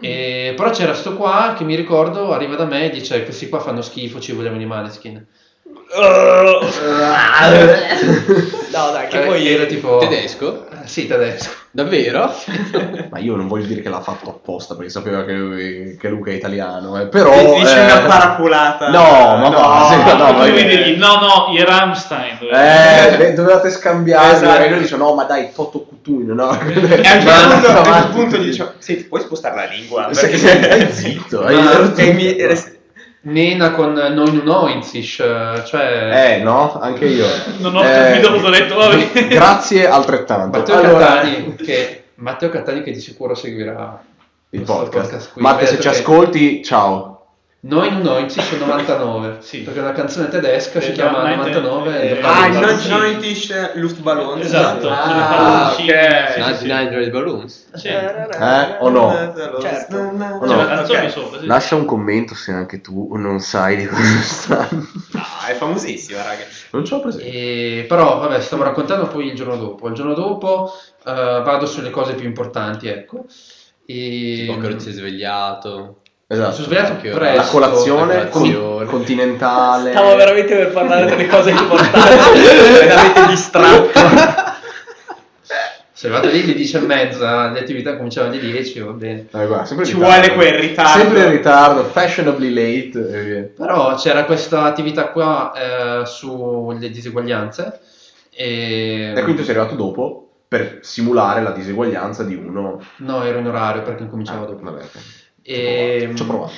Speaker 5: E- però c'era sto qua che mi ricordo arriva da me e dice questi qua fanno schifo ci volevano i maneskin
Speaker 4: No, dai,
Speaker 5: Eh,
Speaker 4: che poi...
Speaker 5: era tipo
Speaker 6: Tedesco?
Speaker 5: Eh, sì tedesco
Speaker 6: Davvero?
Speaker 3: Ma io non voglio dire che l'ha fatto apposta perché sapeva che, lui- che Luca è italiano, eh, però...
Speaker 4: Dici
Speaker 3: eh,
Speaker 4: una paraculata.
Speaker 3: No, ma va, sì, ma Ah, no, ma
Speaker 2: Potevi
Speaker 3: io-
Speaker 2: dirgli, no, no, i Ramstein.
Speaker 3: Eh, beh, dovevate scambiare,
Speaker 4: Esatto.
Speaker 3: e lui dice no ma dai, Toto Cutugno, no? Cioè,
Speaker 4: E a un certo
Speaker 3: Ma andava
Speaker 4: punto, a un certo
Speaker 3: avanti.
Speaker 4: punto gli dicevo, senti, puoi spostare la lingua?
Speaker 3: Sì,
Speaker 4: Perché...
Speaker 3: stai zitto, hai
Speaker 5: Ma-
Speaker 3: rotto
Speaker 4: e
Speaker 3: il
Speaker 4: mi-
Speaker 3: culo.
Speaker 5: Nena con Neun Neunzig, eh, cioè...
Speaker 3: Eh, no, anche io. Eh,
Speaker 2: Non ho capito cosa ho detto, va bene.
Speaker 3: Grazie altrettanto.
Speaker 5: Matteo,
Speaker 3: Allora,
Speaker 5: Cattani, che, Matteo Cattani che di sicuro seguirà
Speaker 3: il
Speaker 5: questo
Speaker 3: podcast.
Speaker 5: qui.
Speaker 3: Matte, se
Speaker 5: Penso
Speaker 3: ci
Speaker 5: che
Speaker 3: ascolti, ciao.
Speaker 5: Neun Neunzig 99,
Speaker 2: Sì.
Speaker 5: perché è una canzone tedesca si
Speaker 2: Sì,
Speaker 5: chiama
Speaker 2: veramente-
Speaker 5: 99...
Speaker 2: eh,
Speaker 4: Ah, il
Speaker 2: Esatto.
Speaker 4: non Jointish Luftballon.
Speaker 2: Esatto.
Speaker 4: Ah,
Speaker 2: sono
Speaker 6: Ah,
Speaker 2: palloncine, sì,
Speaker 5: Eh,
Speaker 2: sì, sì.
Speaker 6: 99 Red Balloons?
Speaker 2: Sì.
Speaker 3: Eh, o no?
Speaker 4: Certo.
Speaker 3: O
Speaker 2: C'è
Speaker 3: no?
Speaker 2: Cioè, la canzone
Speaker 4: Ok.
Speaker 2: sopra, sì.
Speaker 3: Lascia un commento se anche tu non sai di cosa stanno.
Speaker 4: Ah, è famosissima, raga.
Speaker 3: Non ce l'ho presente.
Speaker 5: E- però vabbè, stavo raccontando poi il giorno dopo. Il giorno dopo eh, vado sulle cose più importanti, ecco. E...
Speaker 6: Tipo che non si è svegliato.
Speaker 5: Mi sono svegliato
Speaker 6: Che
Speaker 5: presto.
Speaker 6: ora?
Speaker 3: Esatto. La colazione,
Speaker 6: la colazione.
Speaker 3: con- continentale.
Speaker 1: Stavo veramente per parlare delle cose importanti.
Speaker 4: Veramente distratto.
Speaker 5: Se vado lì alle 10 e mezza, le attività cominciavano alle 10, va bene.
Speaker 3: Eh, guarda, sempre in
Speaker 4: Ci
Speaker 3: ritardo.
Speaker 4: vuole quel ritardo.
Speaker 3: Sempre in ritardo, fashionably late. e via.
Speaker 5: Però c'era questa attività qua eh, sulle diseguaglianze. E...
Speaker 3: E quindi tu sei arrivato dopo per simulare la diseguaglianza di uno.
Speaker 5: No, ero in orario perché cominciavo
Speaker 3: Ah,
Speaker 5: dopo.
Speaker 3: vabbè, ok.
Speaker 5: E...
Speaker 3: Ci ho provato.
Speaker 5: Ehm,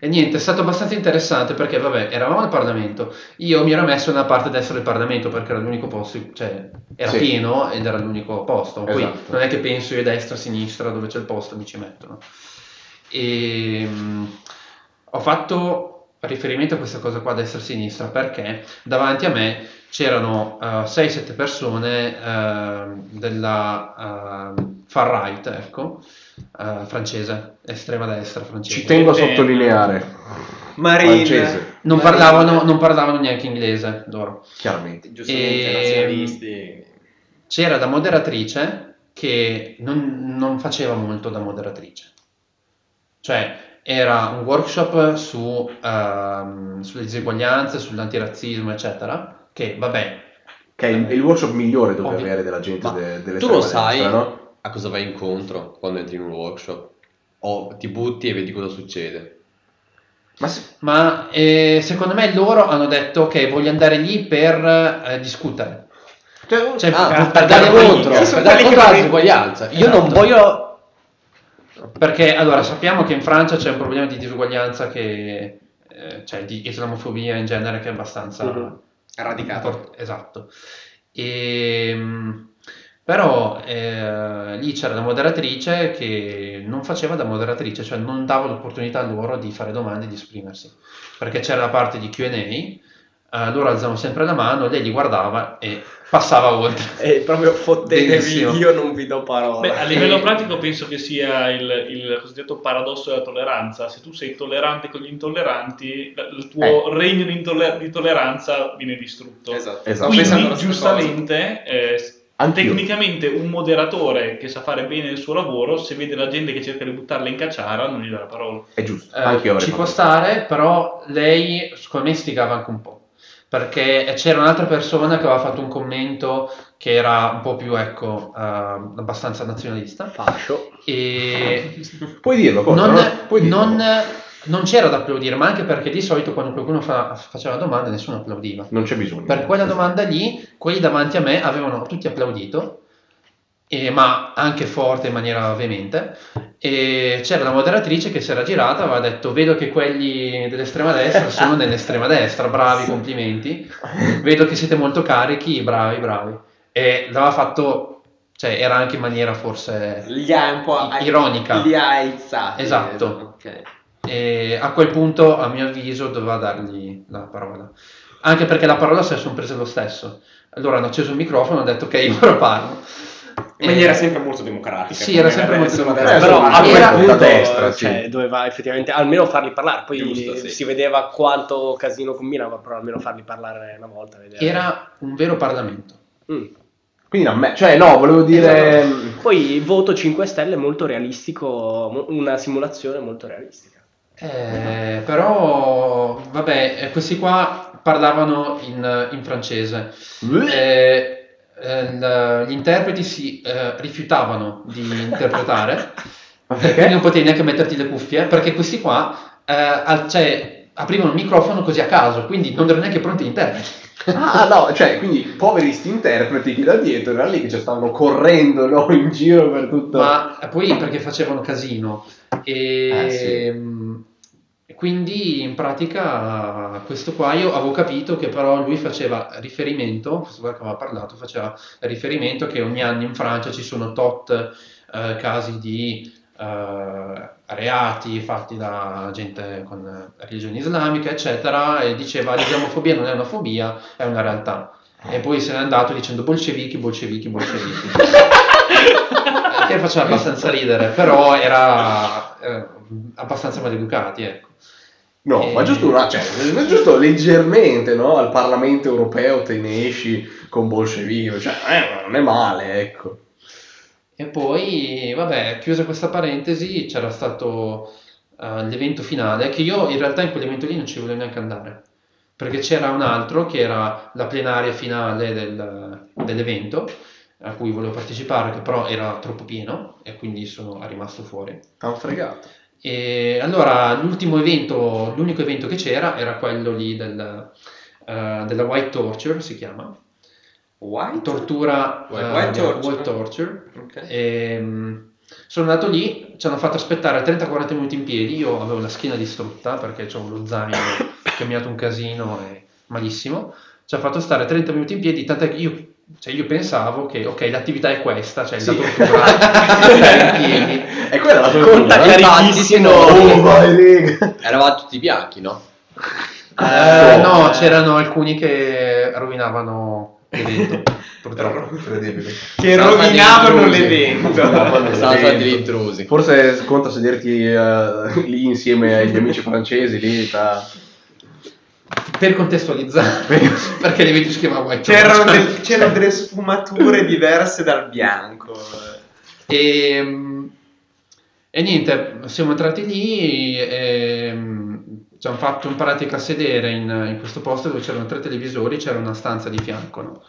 Speaker 5: E niente, è stato abbastanza interessante perché, vabbè, eravamo al Parlamento. Io mi ero messo nella parte destra del Parlamento perché era l'unico posto, cioè era
Speaker 3: Sì.
Speaker 5: pieno ed era l'unico posto. Poi
Speaker 3: Esatto.
Speaker 5: non è che penso io destra, sinistra, dove c'è il posto mi ci mettono. E mm, ho fatto riferimento a questa cosa qua, destra-sinistra, perché davanti a me c'erano eh, 6-7 persone eh, della eh, far right, ecco, eh, francese, estrema destra francese.
Speaker 3: Ci tengo a
Speaker 2: Bene.
Speaker 3: sottolineare.
Speaker 4: Marina.
Speaker 3: Francese,
Speaker 5: Non
Speaker 4: Marina.
Speaker 5: parlavano, non parlavano neanche inglese loro.
Speaker 3: chiaramente.
Speaker 4: Giustamente,
Speaker 5: Ehm,
Speaker 4: nazionalisti.
Speaker 5: C'era da moderatrice che non, non faceva molto da moderatrice. Cioè, era un workshop su, ehm, sulle diseguaglianze, sull'antirazzismo, eccetera. Che, vabbè,
Speaker 3: Che è il, è il workshop migliore dove
Speaker 5: Ovvio.
Speaker 3: avere della gente
Speaker 6: Ma
Speaker 3: de- delle
Speaker 6: tu lo
Speaker 3: estrema
Speaker 6: sai
Speaker 3: destra, no?
Speaker 6: a cosa vai incontro quando entri in un workshop? O ti butti e vedi cosa succede.
Speaker 3: Ma se-
Speaker 5: ma eh, secondo me loro hanno detto che voglio andare lì per eh, discutere.
Speaker 3: cioè,
Speaker 5: Cioè,
Speaker 6: Ah,
Speaker 5: per-
Speaker 6: per dare
Speaker 5: quelli-
Speaker 6: contro,
Speaker 4: chi
Speaker 6: per dare
Speaker 4: sono quelli che
Speaker 6: contro alla
Speaker 4: vorrei-
Speaker 6: disuguaglianza. Io
Speaker 5: Esatto.
Speaker 6: non voglio...
Speaker 5: Perché allora sappiamo che in Francia c'è un problema di disuguaglianza che eh, cioè di islamofobia in genere che è abbastanza
Speaker 4: Mhm. Radicato.
Speaker 5: Esatto. E, mm, Però eh, lì c'era la moderatrice che non faceva da moderatrice, cioè non dava l'opportunità a loro di fare domande e di esprimersi, perché c'era la parte di QA, eh, loro alzavano sempre la mano, lei li guardava e passava oltre.
Speaker 1: E Eh, proprio fottetevi,
Speaker 5: Benissimo.
Speaker 1: io non vi do parole.
Speaker 2: Beh, a livello pratico penso che sia il, il cosiddetto paradosso della tolleranza. Se tu sei tollerante con gli intolleranti, la- il tuo regno di, intoller- di tolleranza viene distrutto.
Speaker 4: Esatto.
Speaker 3: Eh. Esatto.
Speaker 2: Quindi,
Speaker 4: Pensando alla stessa
Speaker 2: giustamente, eh,
Speaker 3: Anch'io.
Speaker 2: tecnicamente un moderatore che sa fare bene il suo lavoro, se vede la gente che cerca di buttarla in cacciara, non gli dà la parola.
Speaker 3: È giusto,
Speaker 5: Eh,
Speaker 3: anche io
Speaker 5: ci può
Speaker 3: avrei fatto.
Speaker 5: stare, però lei secondo me stigava anche un po'. Perché c'era un'altra persona che aveva fatto un commento che era un po' più, ecco, eh, abbastanza nazionalista.
Speaker 1: Fascio.
Speaker 5: E
Speaker 3: Puoi dirlo, Cotto,
Speaker 5: non,
Speaker 3: no? Puoi dirlo.
Speaker 5: non- non c'era da applaudire, ma anche perché di solito quando qualcuno fa- faceva una domanda nessuno applaudiva.
Speaker 3: Non c'è bisogno.
Speaker 5: Per quella domanda lì, quelli davanti a me avevano tutti applaudito, e- ma anche forte in maniera veemente. E c'era la moderatrice che si era girata, aveva detto: Vedo che quelli dell'estrema destra sono nell'estrema destra, bravi, complimenti. Vedo che siete molto carichi, bravi, bravi. E l'aveva fatto, cioè, era anche in maniera forse.
Speaker 4: Li ha un po'
Speaker 5: I- ironica.
Speaker 4: Li ha aizzati.
Speaker 5: Esatto.
Speaker 4: Ok.
Speaker 5: E a quel punto, a mio avviso, doveva dargli la parola. Anche perché la parola se la sono presa lo stesso. Allora hanno acceso il microfono e hanno detto ok, ora parlo.
Speaker 4: In maniera
Speaker 5: Eh,
Speaker 4: sempre molto democratica.
Speaker 5: Sì, era
Speaker 4: come Eh,
Speaker 5: sempre
Speaker 4: adesso,
Speaker 5: molto democratica.
Speaker 4: adesso.
Speaker 1: Eh, però
Speaker 5: ma
Speaker 1: a quel
Speaker 5: era-
Speaker 1: punto
Speaker 3: da destra,
Speaker 1: cioè,
Speaker 3: sì.
Speaker 1: doveva effettivamente almeno farli parlare, poi
Speaker 4: Giusto, sì.
Speaker 1: si vedeva quanto casino combinava, però almeno farli parlare una volta. vedere.
Speaker 5: Era un vero Parlamento.
Speaker 1: Mm.
Speaker 3: Quindi a me, cioè no, volevo dire...
Speaker 1: Poi voto 5 stelle molto realistico, mo- una simulazione molto realistica.
Speaker 5: Eh, però, vabbè, eh, questi qua parlavano in, in francese. Eh, eh, l- gli interpreti si eh, rifiutavano di interpretare.
Speaker 3: Ma
Speaker 5: Eh, Quindi non
Speaker 3: perché?
Speaker 5: potevi neanche metterti le cuffie, perché questi qua eh, al- cioè, aprivano il microfono così a caso, quindi non erano neanche pronti gli interpreti.
Speaker 3: Ah no, cioè, quindi poveri sti interpreti qui da dietro, erano lì che ci stavano correndo no, in giro per tutto...
Speaker 5: Ma poi perché facevano casino. E
Speaker 3: Eh, sì.
Speaker 5: mh, quindi in pratica questo qua io avevo capito che però lui faceva riferimento, questo qua che aveva parlato, faceva riferimento che ogni anno in Francia ci sono tot eh, casi di eh, reati fatti da gente con religione islamica, eccetera, e diceva l'islomofobia non è una fobia, è una realtà. E poi se n'è andato dicendo bolscevichi, bolscevichi, bolscevichi. Eh, che faceva abbastanza ridere, però era eh, abbastanza maleducati, ecco.
Speaker 3: No,
Speaker 5: Eh.
Speaker 3: ma giusto, una, cioè, ma giusto leggermente, no? Al Parlamento europeo te ne esci con bolscevico, cioè, eh, non è male, ecco.
Speaker 5: E poi, vabbè, chiusa questa parentesi, c'era stato eh, l'evento finale, che io in realtà in quell'evento lì non ci volevo neanche andare, perché c'era un altro che era la plenaria finale del- dell'evento, a cui volevo partecipare, che però era troppo pieno, e quindi sono rimasto fuori.
Speaker 3: T'hanno fregato.
Speaker 5: E allora l'ultimo evento, l'unico evento che c'era era quello lì del, eh, della White Torture, si chiama,
Speaker 4: White?
Speaker 5: tortura
Speaker 4: White-
Speaker 5: eh,
Speaker 4: White torture.
Speaker 5: White Torture.
Speaker 4: Ok.
Speaker 6: Eh,
Speaker 5: Ehm, sono andato lì, ci hanno fatto aspettare 30-40 minuti in piedi, io avevo la schiena distrutta perché c'avevo lo zaino, ho camminato un casino e malissimo, ci hanno fatto stare 30 minuti in piedi, tant'è che io, cioè, io pensavo che ok, l'attività è questa, cioè la tortura, stare in piedi.
Speaker 3: E quella è la
Speaker 1: Conta
Speaker 3: tortura, eh?
Speaker 1: chiarissimo.
Speaker 3: Oh, vai, raga.
Speaker 6: Eravamo tutti bianchi, no?
Speaker 5: Eh,
Speaker 3: Oh.
Speaker 5: no, c'erano alcuni che rovinavano l'evento, purtroppo.
Speaker 3: Incredibile.
Speaker 4: Che
Speaker 6: Sono stati
Speaker 4: rovinavano
Speaker 6: intrusi.
Speaker 4: l'evento.
Speaker 6: Sono stati degli intrusi.
Speaker 3: Forse conta sederti eh, lì insieme agli amici francesi, lì, tra...
Speaker 5: Per contestualizzare, perché l'evento si chiama White
Speaker 4: C'erano,
Speaker 5: Horse.
Speaker 4: del- c'erano delle sfumature diverse dal bianco.
Speaker 5: E, Ehm, e niente, siamo entrati lì e mm, ci hanno fatto in pratica sedere in, in questo posto dove c'erano tre televisori, c'era una stanza di fianco. no?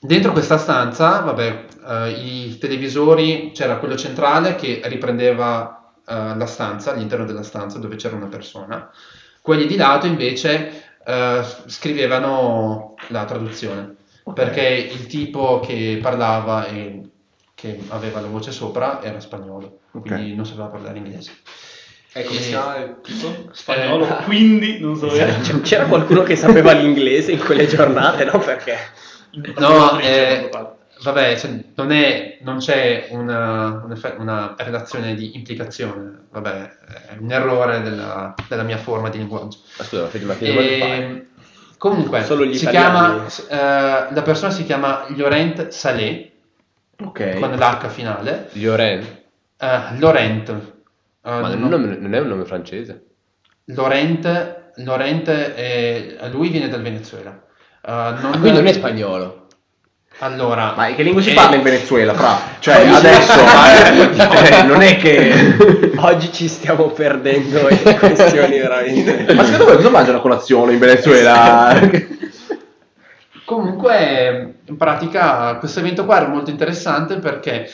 Speaker 5: Dentro questa stanza, vabbè, eh, i televisori, c'era quello centrale che riprendeva eh, la stanza, all'interno della stanza dove c'era una persona. Quelli di lato invece eh, scrivevano la traduzione, perché il tipo che parlava e che aveva la voce sopra era spagnolo,
Speaker 3: Ok.
Speaker 5: quindi non sapeva parlare inglese.
Speaker 4: Ecco,
Speaker 5: Eh, come si chiamava
Speaker 2: Spagnolo,
Speaker 5: Eh,
Speaker 2: quindi non so.
Speaker 1: Cioè, c'era qualcuno che sapeva l'inglese in quelle giornate, no? Perché
Speaker 5: No, eh, vabbè, cioè, non, è- non c'è una, un effe- una relazione di implicazione, vabbè, è un errore della, della mia forma di linguaggio.
Speaker 6: Ma scusa, ma che ma che
Speaker 5: Eh,
Speaker 6: domande fai?
Speaker 5: E, comunque,
Speaker 1: Solo gli
Speaker 5: si
Speaker 1: italiani.
Speaker 5: chiama, eh, la persona si chiama Llorent Salé,
Speaker 3: Ok.
Speaker 5: con l'H finale,
Speaker 6: Lloren.
Speaker 5: eh, Laurent, eh,
Speaker 6: Ma
Speaker 5: no-
Speaker 6: non, non è un nome francese. Ah,
Speaker 5: Laurent, Laurent è- lui viene dal Venezuela. Eh, non-
Speaker 6: Ma quindi non è spagnolo.
Speaker 5: Allora,
Speaker 3: Ma che lingua si
Speaker 5: eh,
Speaker 3: parla in Venezuela, fra? Cioè,
Speaker 5: Oggi-
Speaker 3: adesso, eh, eh, non è che...
Speaker 1: Oggi ci stiamo perdendo in questioni veramente.
Speaker 3: Ma secondo voi cosa mangiano a colazione in Venezuela?
Speaker 5: Comunque, in pratica, questo evento qua era molto interessante perché eh,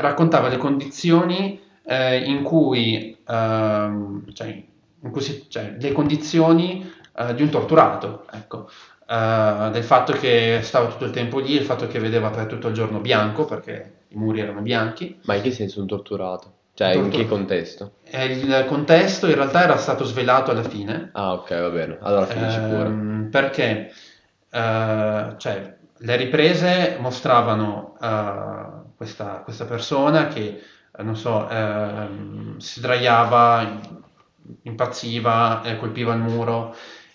Speaker 5: raccontava le condizioni eh, in cui, ehm, cioè, in cui si- cioè, le condizioni eh, di un torturato, ecco. Eh, del fatto che stava tutto il tempo lì, il fatto che vedeva per tutto il giorno bianco perché i muri erano bianchi.
Speaker 6: Ma in che senso un torturato? Cioè, in che
Speaker 5: Torturato.
Speaker 6: contesto?
Speaker 5: E il contesto in realtà era stato svelato alla fine.
Speaker 6: Ah, ok, va bene. Allora finisci
Speaker 4: Eh.
Speaker 6: pure.
Speaker 5: Ehm, perché eh, cioè, le riprese mostravano eh, questa, questa persona che, eh, non so, ehm, si sdraiava, impazziva, eh, colpiva il muro,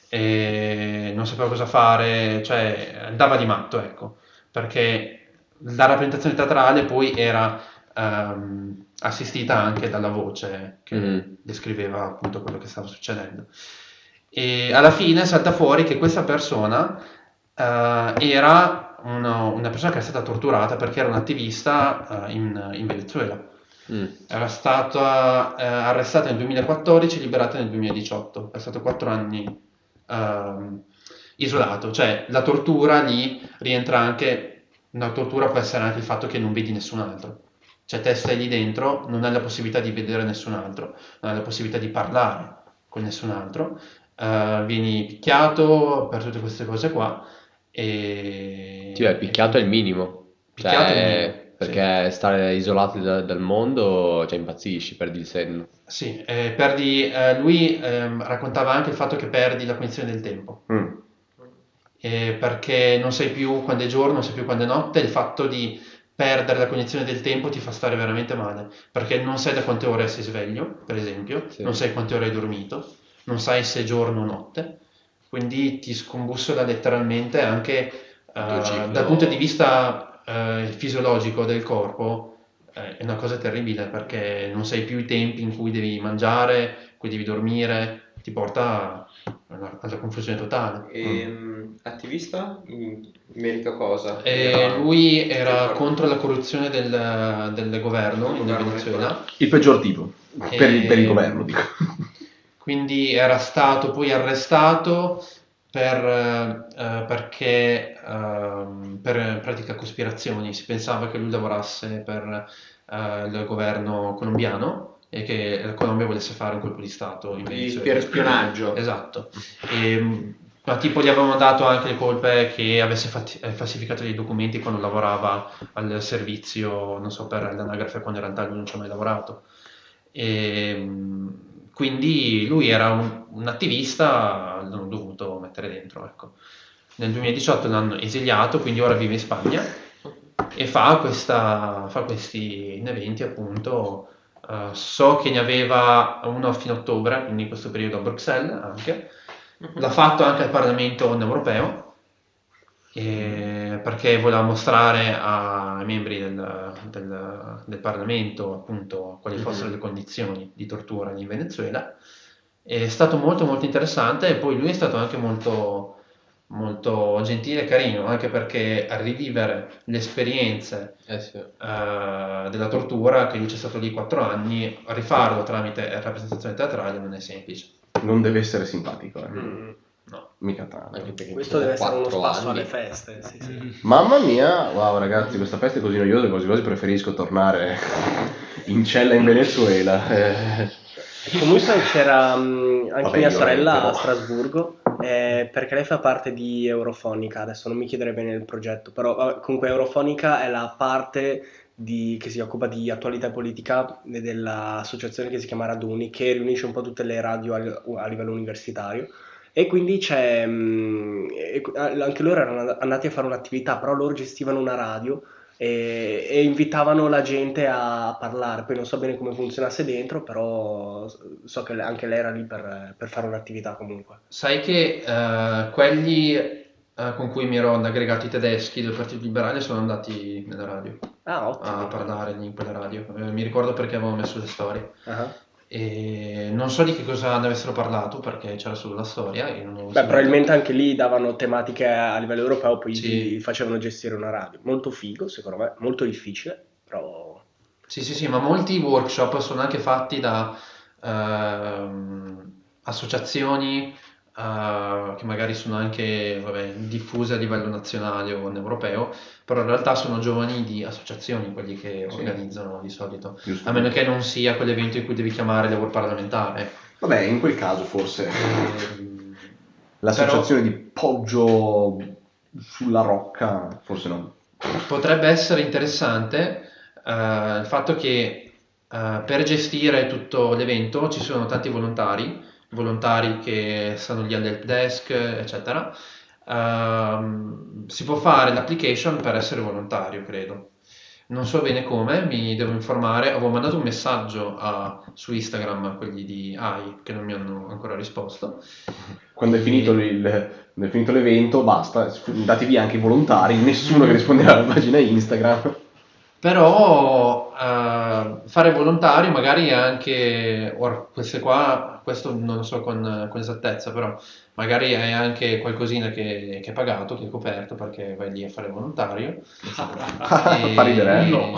Speaker 5: e non sapeva cosa fare, cioè andava di matto, ecco, perché la rappresentazione teatrale poi era ehm, assistita anche dalla voce che
Speaker 4: Mm.
Speaker 6: Mhm.
Speaker 5: descriveva appunto quello che stava succedendo. E alla fine salta fuori che questa persona eh, era uno- una persona che era stata torturata perché era un attivista eh, in, in Venezuela.
Speaker 6: Mm.
Speaker 5: Era stata eh, arrestata nel 2014 e liberata nel 2018. È stato quattro anni ehm, isolato. Cioè la tortura lì rientra anche, una tortura può essere anche il fatto che non vedi nessun altro. Cioè te stai lì dentro, non hai la possibilità di vedere nessun altro, non hai la possibilità di parlare con nessun altro, eh, vieni picchiato per tutte queste cose qua. E...
Speaker 6: Sì, beh, picchiato è il minimo. Cioè,
Speaker 5: Picchiato è il minimo,
Speaker 6: Perché stare isolati da- dal mondo, cioè, impazzisci, perdi il senno.
Speaker 5: Sì, eh, perdi, eh, lui ehm, raccontava anche il fatto che perdi la cognizione del tempo,
Speaker 3: Mm.
Speaker 5: eh, perché non sai più quando è giorno, non sai più quando è notte, il fatto di perdere la cognizione del tempo ti fa stare veramente male, perché non sai da quante ore sei sveglio, per esempio,
Speaker 6: Sì.
Speaker 5: non sai quante ore hai dormito, non sai se è giorno o notte, quindi ti scombussola letteralmente anche eh,
Speaker 6: ciclo.
Speaker 5: dal punto di vista eh, fisiologico del corpo. eh, È una cosa terribile perché non sai più i tempi in cui devi mangiare, in cui devi dormire, ti porta alla, alla confusione totale.
Speaker 4: Ehm, attivista in merito a cosa?
Speaker 5: E
Speaker 4: Era-
Speaker 6: Eh,
Speaker 5: lui era
Speaker 4: Ricordo.
Speaker 5: contro la corruzione del, del governo in
Speaker 4: Governo
Speaker 5: Venezuela,
Speaker 3: Il peggior tipo. Per, il, per il
Speaker 5: Eh,
Speaker 3: governo, dico.
Speaker 5: quindi era stato poi arrestato per, eh, perché ehm, per in pratica cospirazioni si pensava che lui lavorasse per eh, il governo colombiano e che la Colombia volesse fare un colpo di stato in
Speaker 4: Di-
Speaker 5: Venezuela.
Speaker 4: per spionaggio.
Speaker 5: Esatto. E, ma tipo gli avevano dato anche le colpe che avesse fatti- eh, falsificato dei documenti quando lavorava al servizio, non so, per l'anagrafe, quando in realtà lui non ci ha mai lavorato. E, mh, quindi lui era un, un attivista, l'hanno dovuto mettere dentro, ecco. Nel 2018 l'hanno esiliato, quindi ora vive in Spagna e fa, questa, fa questi eventi appunto Uh, so che ne aveva uno fino a ottobre, quindi in questo periodo a Bruxelles anche. L'ha fatto anche al Parlamento europeo eh, perché voleva mostrare ai membri del, del- del Parlamento appunto quali fossero le condizioni di tortura in Venezuela. È stato molto molto interessante e poi lui è stato anche molto, molto gentile e carino, anche perché a rivivere le esperienze
Speaker 6: Eh sì.
Speaker 5: eh, della tortura, che lui c'è stato lì 4 anni, rifarlo tramite rappresentazione teatrale non è semplice.
Speaker 3: Non deve essere simpatico, eh.
Speaker 4: Mm.
Speaker 5: No.
Speaker 3: Mica tanto.
Speaker 6: Anche perché
Speaker 1: Questo
Speaker 6: sono
Speaker 1: deve essere uno
Speaker 6: quattro
Speaker 1: spasso
Speaker 6: anni.
Speaker 1: alle feste. Sì, sì.
Speaker 3: Mamma mia, wow ragazzi, questa festa è così noiosa che quasi quasi preferisco tornare in cella in Venezuela. Eh.
Speaker 1: Comunque c'era mm, anche
Speaker 3: Vabbè,
Speaker 1: mia
Speaker 3: io
Speaker 1: sorella
Speaker 3: però.
Speaker 1: a Strasburgo, eh, perché lei fa parte di Eurofonica, adesso non mi chiedere bene il progetto, però vabbè, comunque Eurofonica è la parte di- che si occupa di attualità politica e dell'associazione che si chiama Raduni, che riunisce un po' tutte le radio a, a livello universitario. E quindi c'è, mm, e- anche loro erano andati a fare un'attività, però loro gestivano una radio e, e invitavano la gente a parlare. Poi non so bene come funzionasse dentro, però so che anche lei era lì per, per fare un'attività comunque.
Speaker 5: Sai che eh, quelli eh, con cui mi ero aggregato i tedeschi del Partito Liberale sono andati nella radio
Speaker 1: Ah, ottimo.
Speaker 5: a parlare in quella radio. Eh, mi ricordo perché avevo messo le storie.
Speaker 1: Ah.
Speaker 5: E non so di che cosa ne avessero parlato perché c'era solo la storia. E non avevo
Speaker 1: Beh,
Speaker 5: seguito.
Speaker 1: probabilmente anche lì davano tematiche a livello europeo, poi
Speaker 5: Sì.
Speaker 1: gli facevano gestire una radio. Molto figo, secondo me, molto difficile, però...
Speaker 5: Sì, sì, sì, ma molti workshop sono anche fatti da ehm, associazioni eh, che magari sono anche vabbè, diffuse a livello nazionale o europeo, però in realtà sono giovani di associazioni quelli che
Speaker 3: Sì.
Speaker 5: organizzano di solito,
Speaker 3: giusto.
Speaker 5: a meno che non sia quell'evento in cui devi chiamare l'europarlamentare.
Speaker 3: Vabbè, in quel caso forse
Speaker 5: Ehm,
Speaker 3: l'associazione di Poggio sulla rocca, forse no.
Speaker 5: Potrebbe essere interessante eh, il fatto che eh, per gestire tutto l'evento ci sono tanti volontari, volontari che stanno lì all'help desk, eccetera. Ehm, si può fare l'application per essere volontario, credo. Non so bene come, mi devo informare. Avevo mandato un messaggio a- su Instagram a quelli di AI che non mi hanno ancora risposto.
Speaker 3: Quando è finito, il- quando è finito l'evento, basta, date via anche i volontari, nessuno che risponderà alla pagina Instagram.
Speaker 5: Però eh, fare volontario magari è anche, ora, queste qua, questo non lo so con, con esattezza, però magari è anche qualcosina che, che è pagato, che è coperto perché vai lì a fare volontario. E-
Speaker 3: Fa ridere, eh?
Speaker 2: No.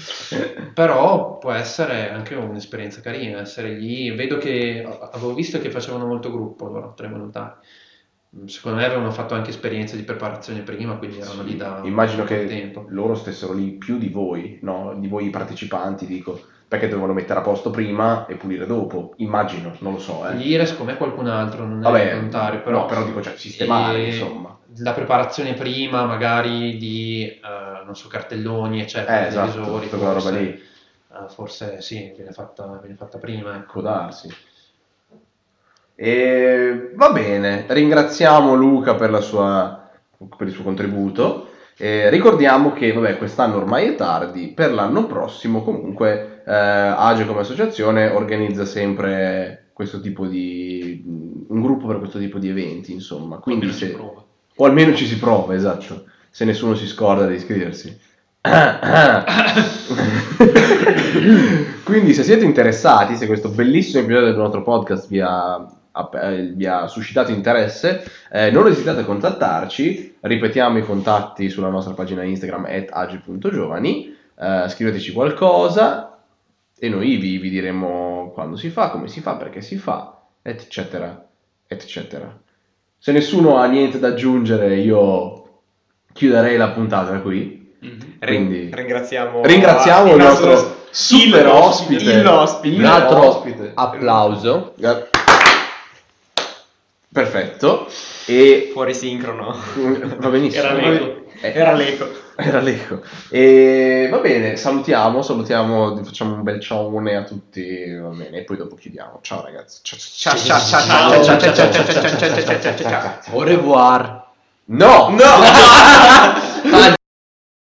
Speaker 5: Però può essere anche un'esperienza carina, essere lì. Vedo che avevo visto che facevano molto gruppo loro, tra i volontari. Secondo me avevano fatto anche esperienze di preparazione prima, quindi erano lì da
Speaker 3: Immagino
Speaker 5: da
Speaker 3: che
Speaker 5: tempo.
Speaker 3: loro stessero lì più di voi, no? Di voi partecipanti, dico, perché dovevano mettere a posto prima e pulire dopo. Immagino, non lo so, eh.
Speaker 5: L'IRE, siccome è qualcun altro, non è
Speaker 3: Vabbè,
Speaker 5: volontario,
Speaker 3: no,
Speaker 5: però,
Speaker 3: però dico, cioè, sistemare,
Speaker 5: Eh,
Speaker 3: insomma.
Speaker 5: la preparazione prima, magari di, eh, non so, cartelloni, eccetera,
Speaker 3: Eh, esatto,
Speaker 5: televisori,
Speaker 3: tutta quella roba
Speaker 5: forse,
Speaker 3: lì,
Speaker 5: eh, forse sì, viene fatta, viene fatta prima, ecco.
Speaker 3: può darsi. E va bene, ringraziamo Luca per, la sua- per il suo contributo. E ricordiamo che vabbè, quest'anno ormai è tardi, per l'anno prossimo comunque eh, Age come associazione organizza sempre questo tipo di... un gruppo per questo tipo di eventi, insomma. Quindi
Speaker 2: Almeno si
Speaker 3: se-
Speaker 2: prova.
Speaker 3: o almeno ci si prova, esatto, se nessuno si scorda di iscriversi. Ah, Quindi se siete interessati, se questo bellissimo episodio del nostro podcast vi ha, app- eh, vi ha suscitato interesse, eh, non esitate a contattarci, ripetiamo i contatti sulla nostra pagina Instagram at agi.giovani, eh, scriveteci qualcosa e noi vi, vi diremo quando si fa, come si fa, perché si fa, eccetera, eccetera. Se nessuno ha niente da aggiungere, io chiuderei la puntata qui.
Speaker 2: Mhm.
Speaker 4: Rin-
Speaker 3: Quindi-
Speaker 4: ringraziamo
Speaker 3: Ringraziamo il nostro
Speaker 2: il
Speaker 3: super
Speaker 2: ospite.
Speaker 3: ospite,
Speaker 4: Il ospite.
Speaker 3: un altro
Speaker 6: ospite.
Speaker 3: applauso. Perfetto. E
Speaker 4: fuori sincrono.
Speaker 3: va benissimo.
Speaker 2: Era l'eco.
Speaker 3: Eh,
Speaker 4: Era l'eco.
Speaker 3: era l'eco. E va bene, salutiamo, salutiamo, facciamo un bel ciaone a tutti, va bene, e poi dopo chiudiamo. Ciao ragazzi. Ciao
Speaker 4: Ciao ciao
Speaker 2: Ciao,
Speaker 4: ciao ciao ciao ciao
Speaker 2: ciao,
Speaker 4: ciao ciao ciao ciao ciao ciao ciao ciao.
Speaker 3: Au revoir. No!
Speaker 6: No!
Speaker 3: Tagli.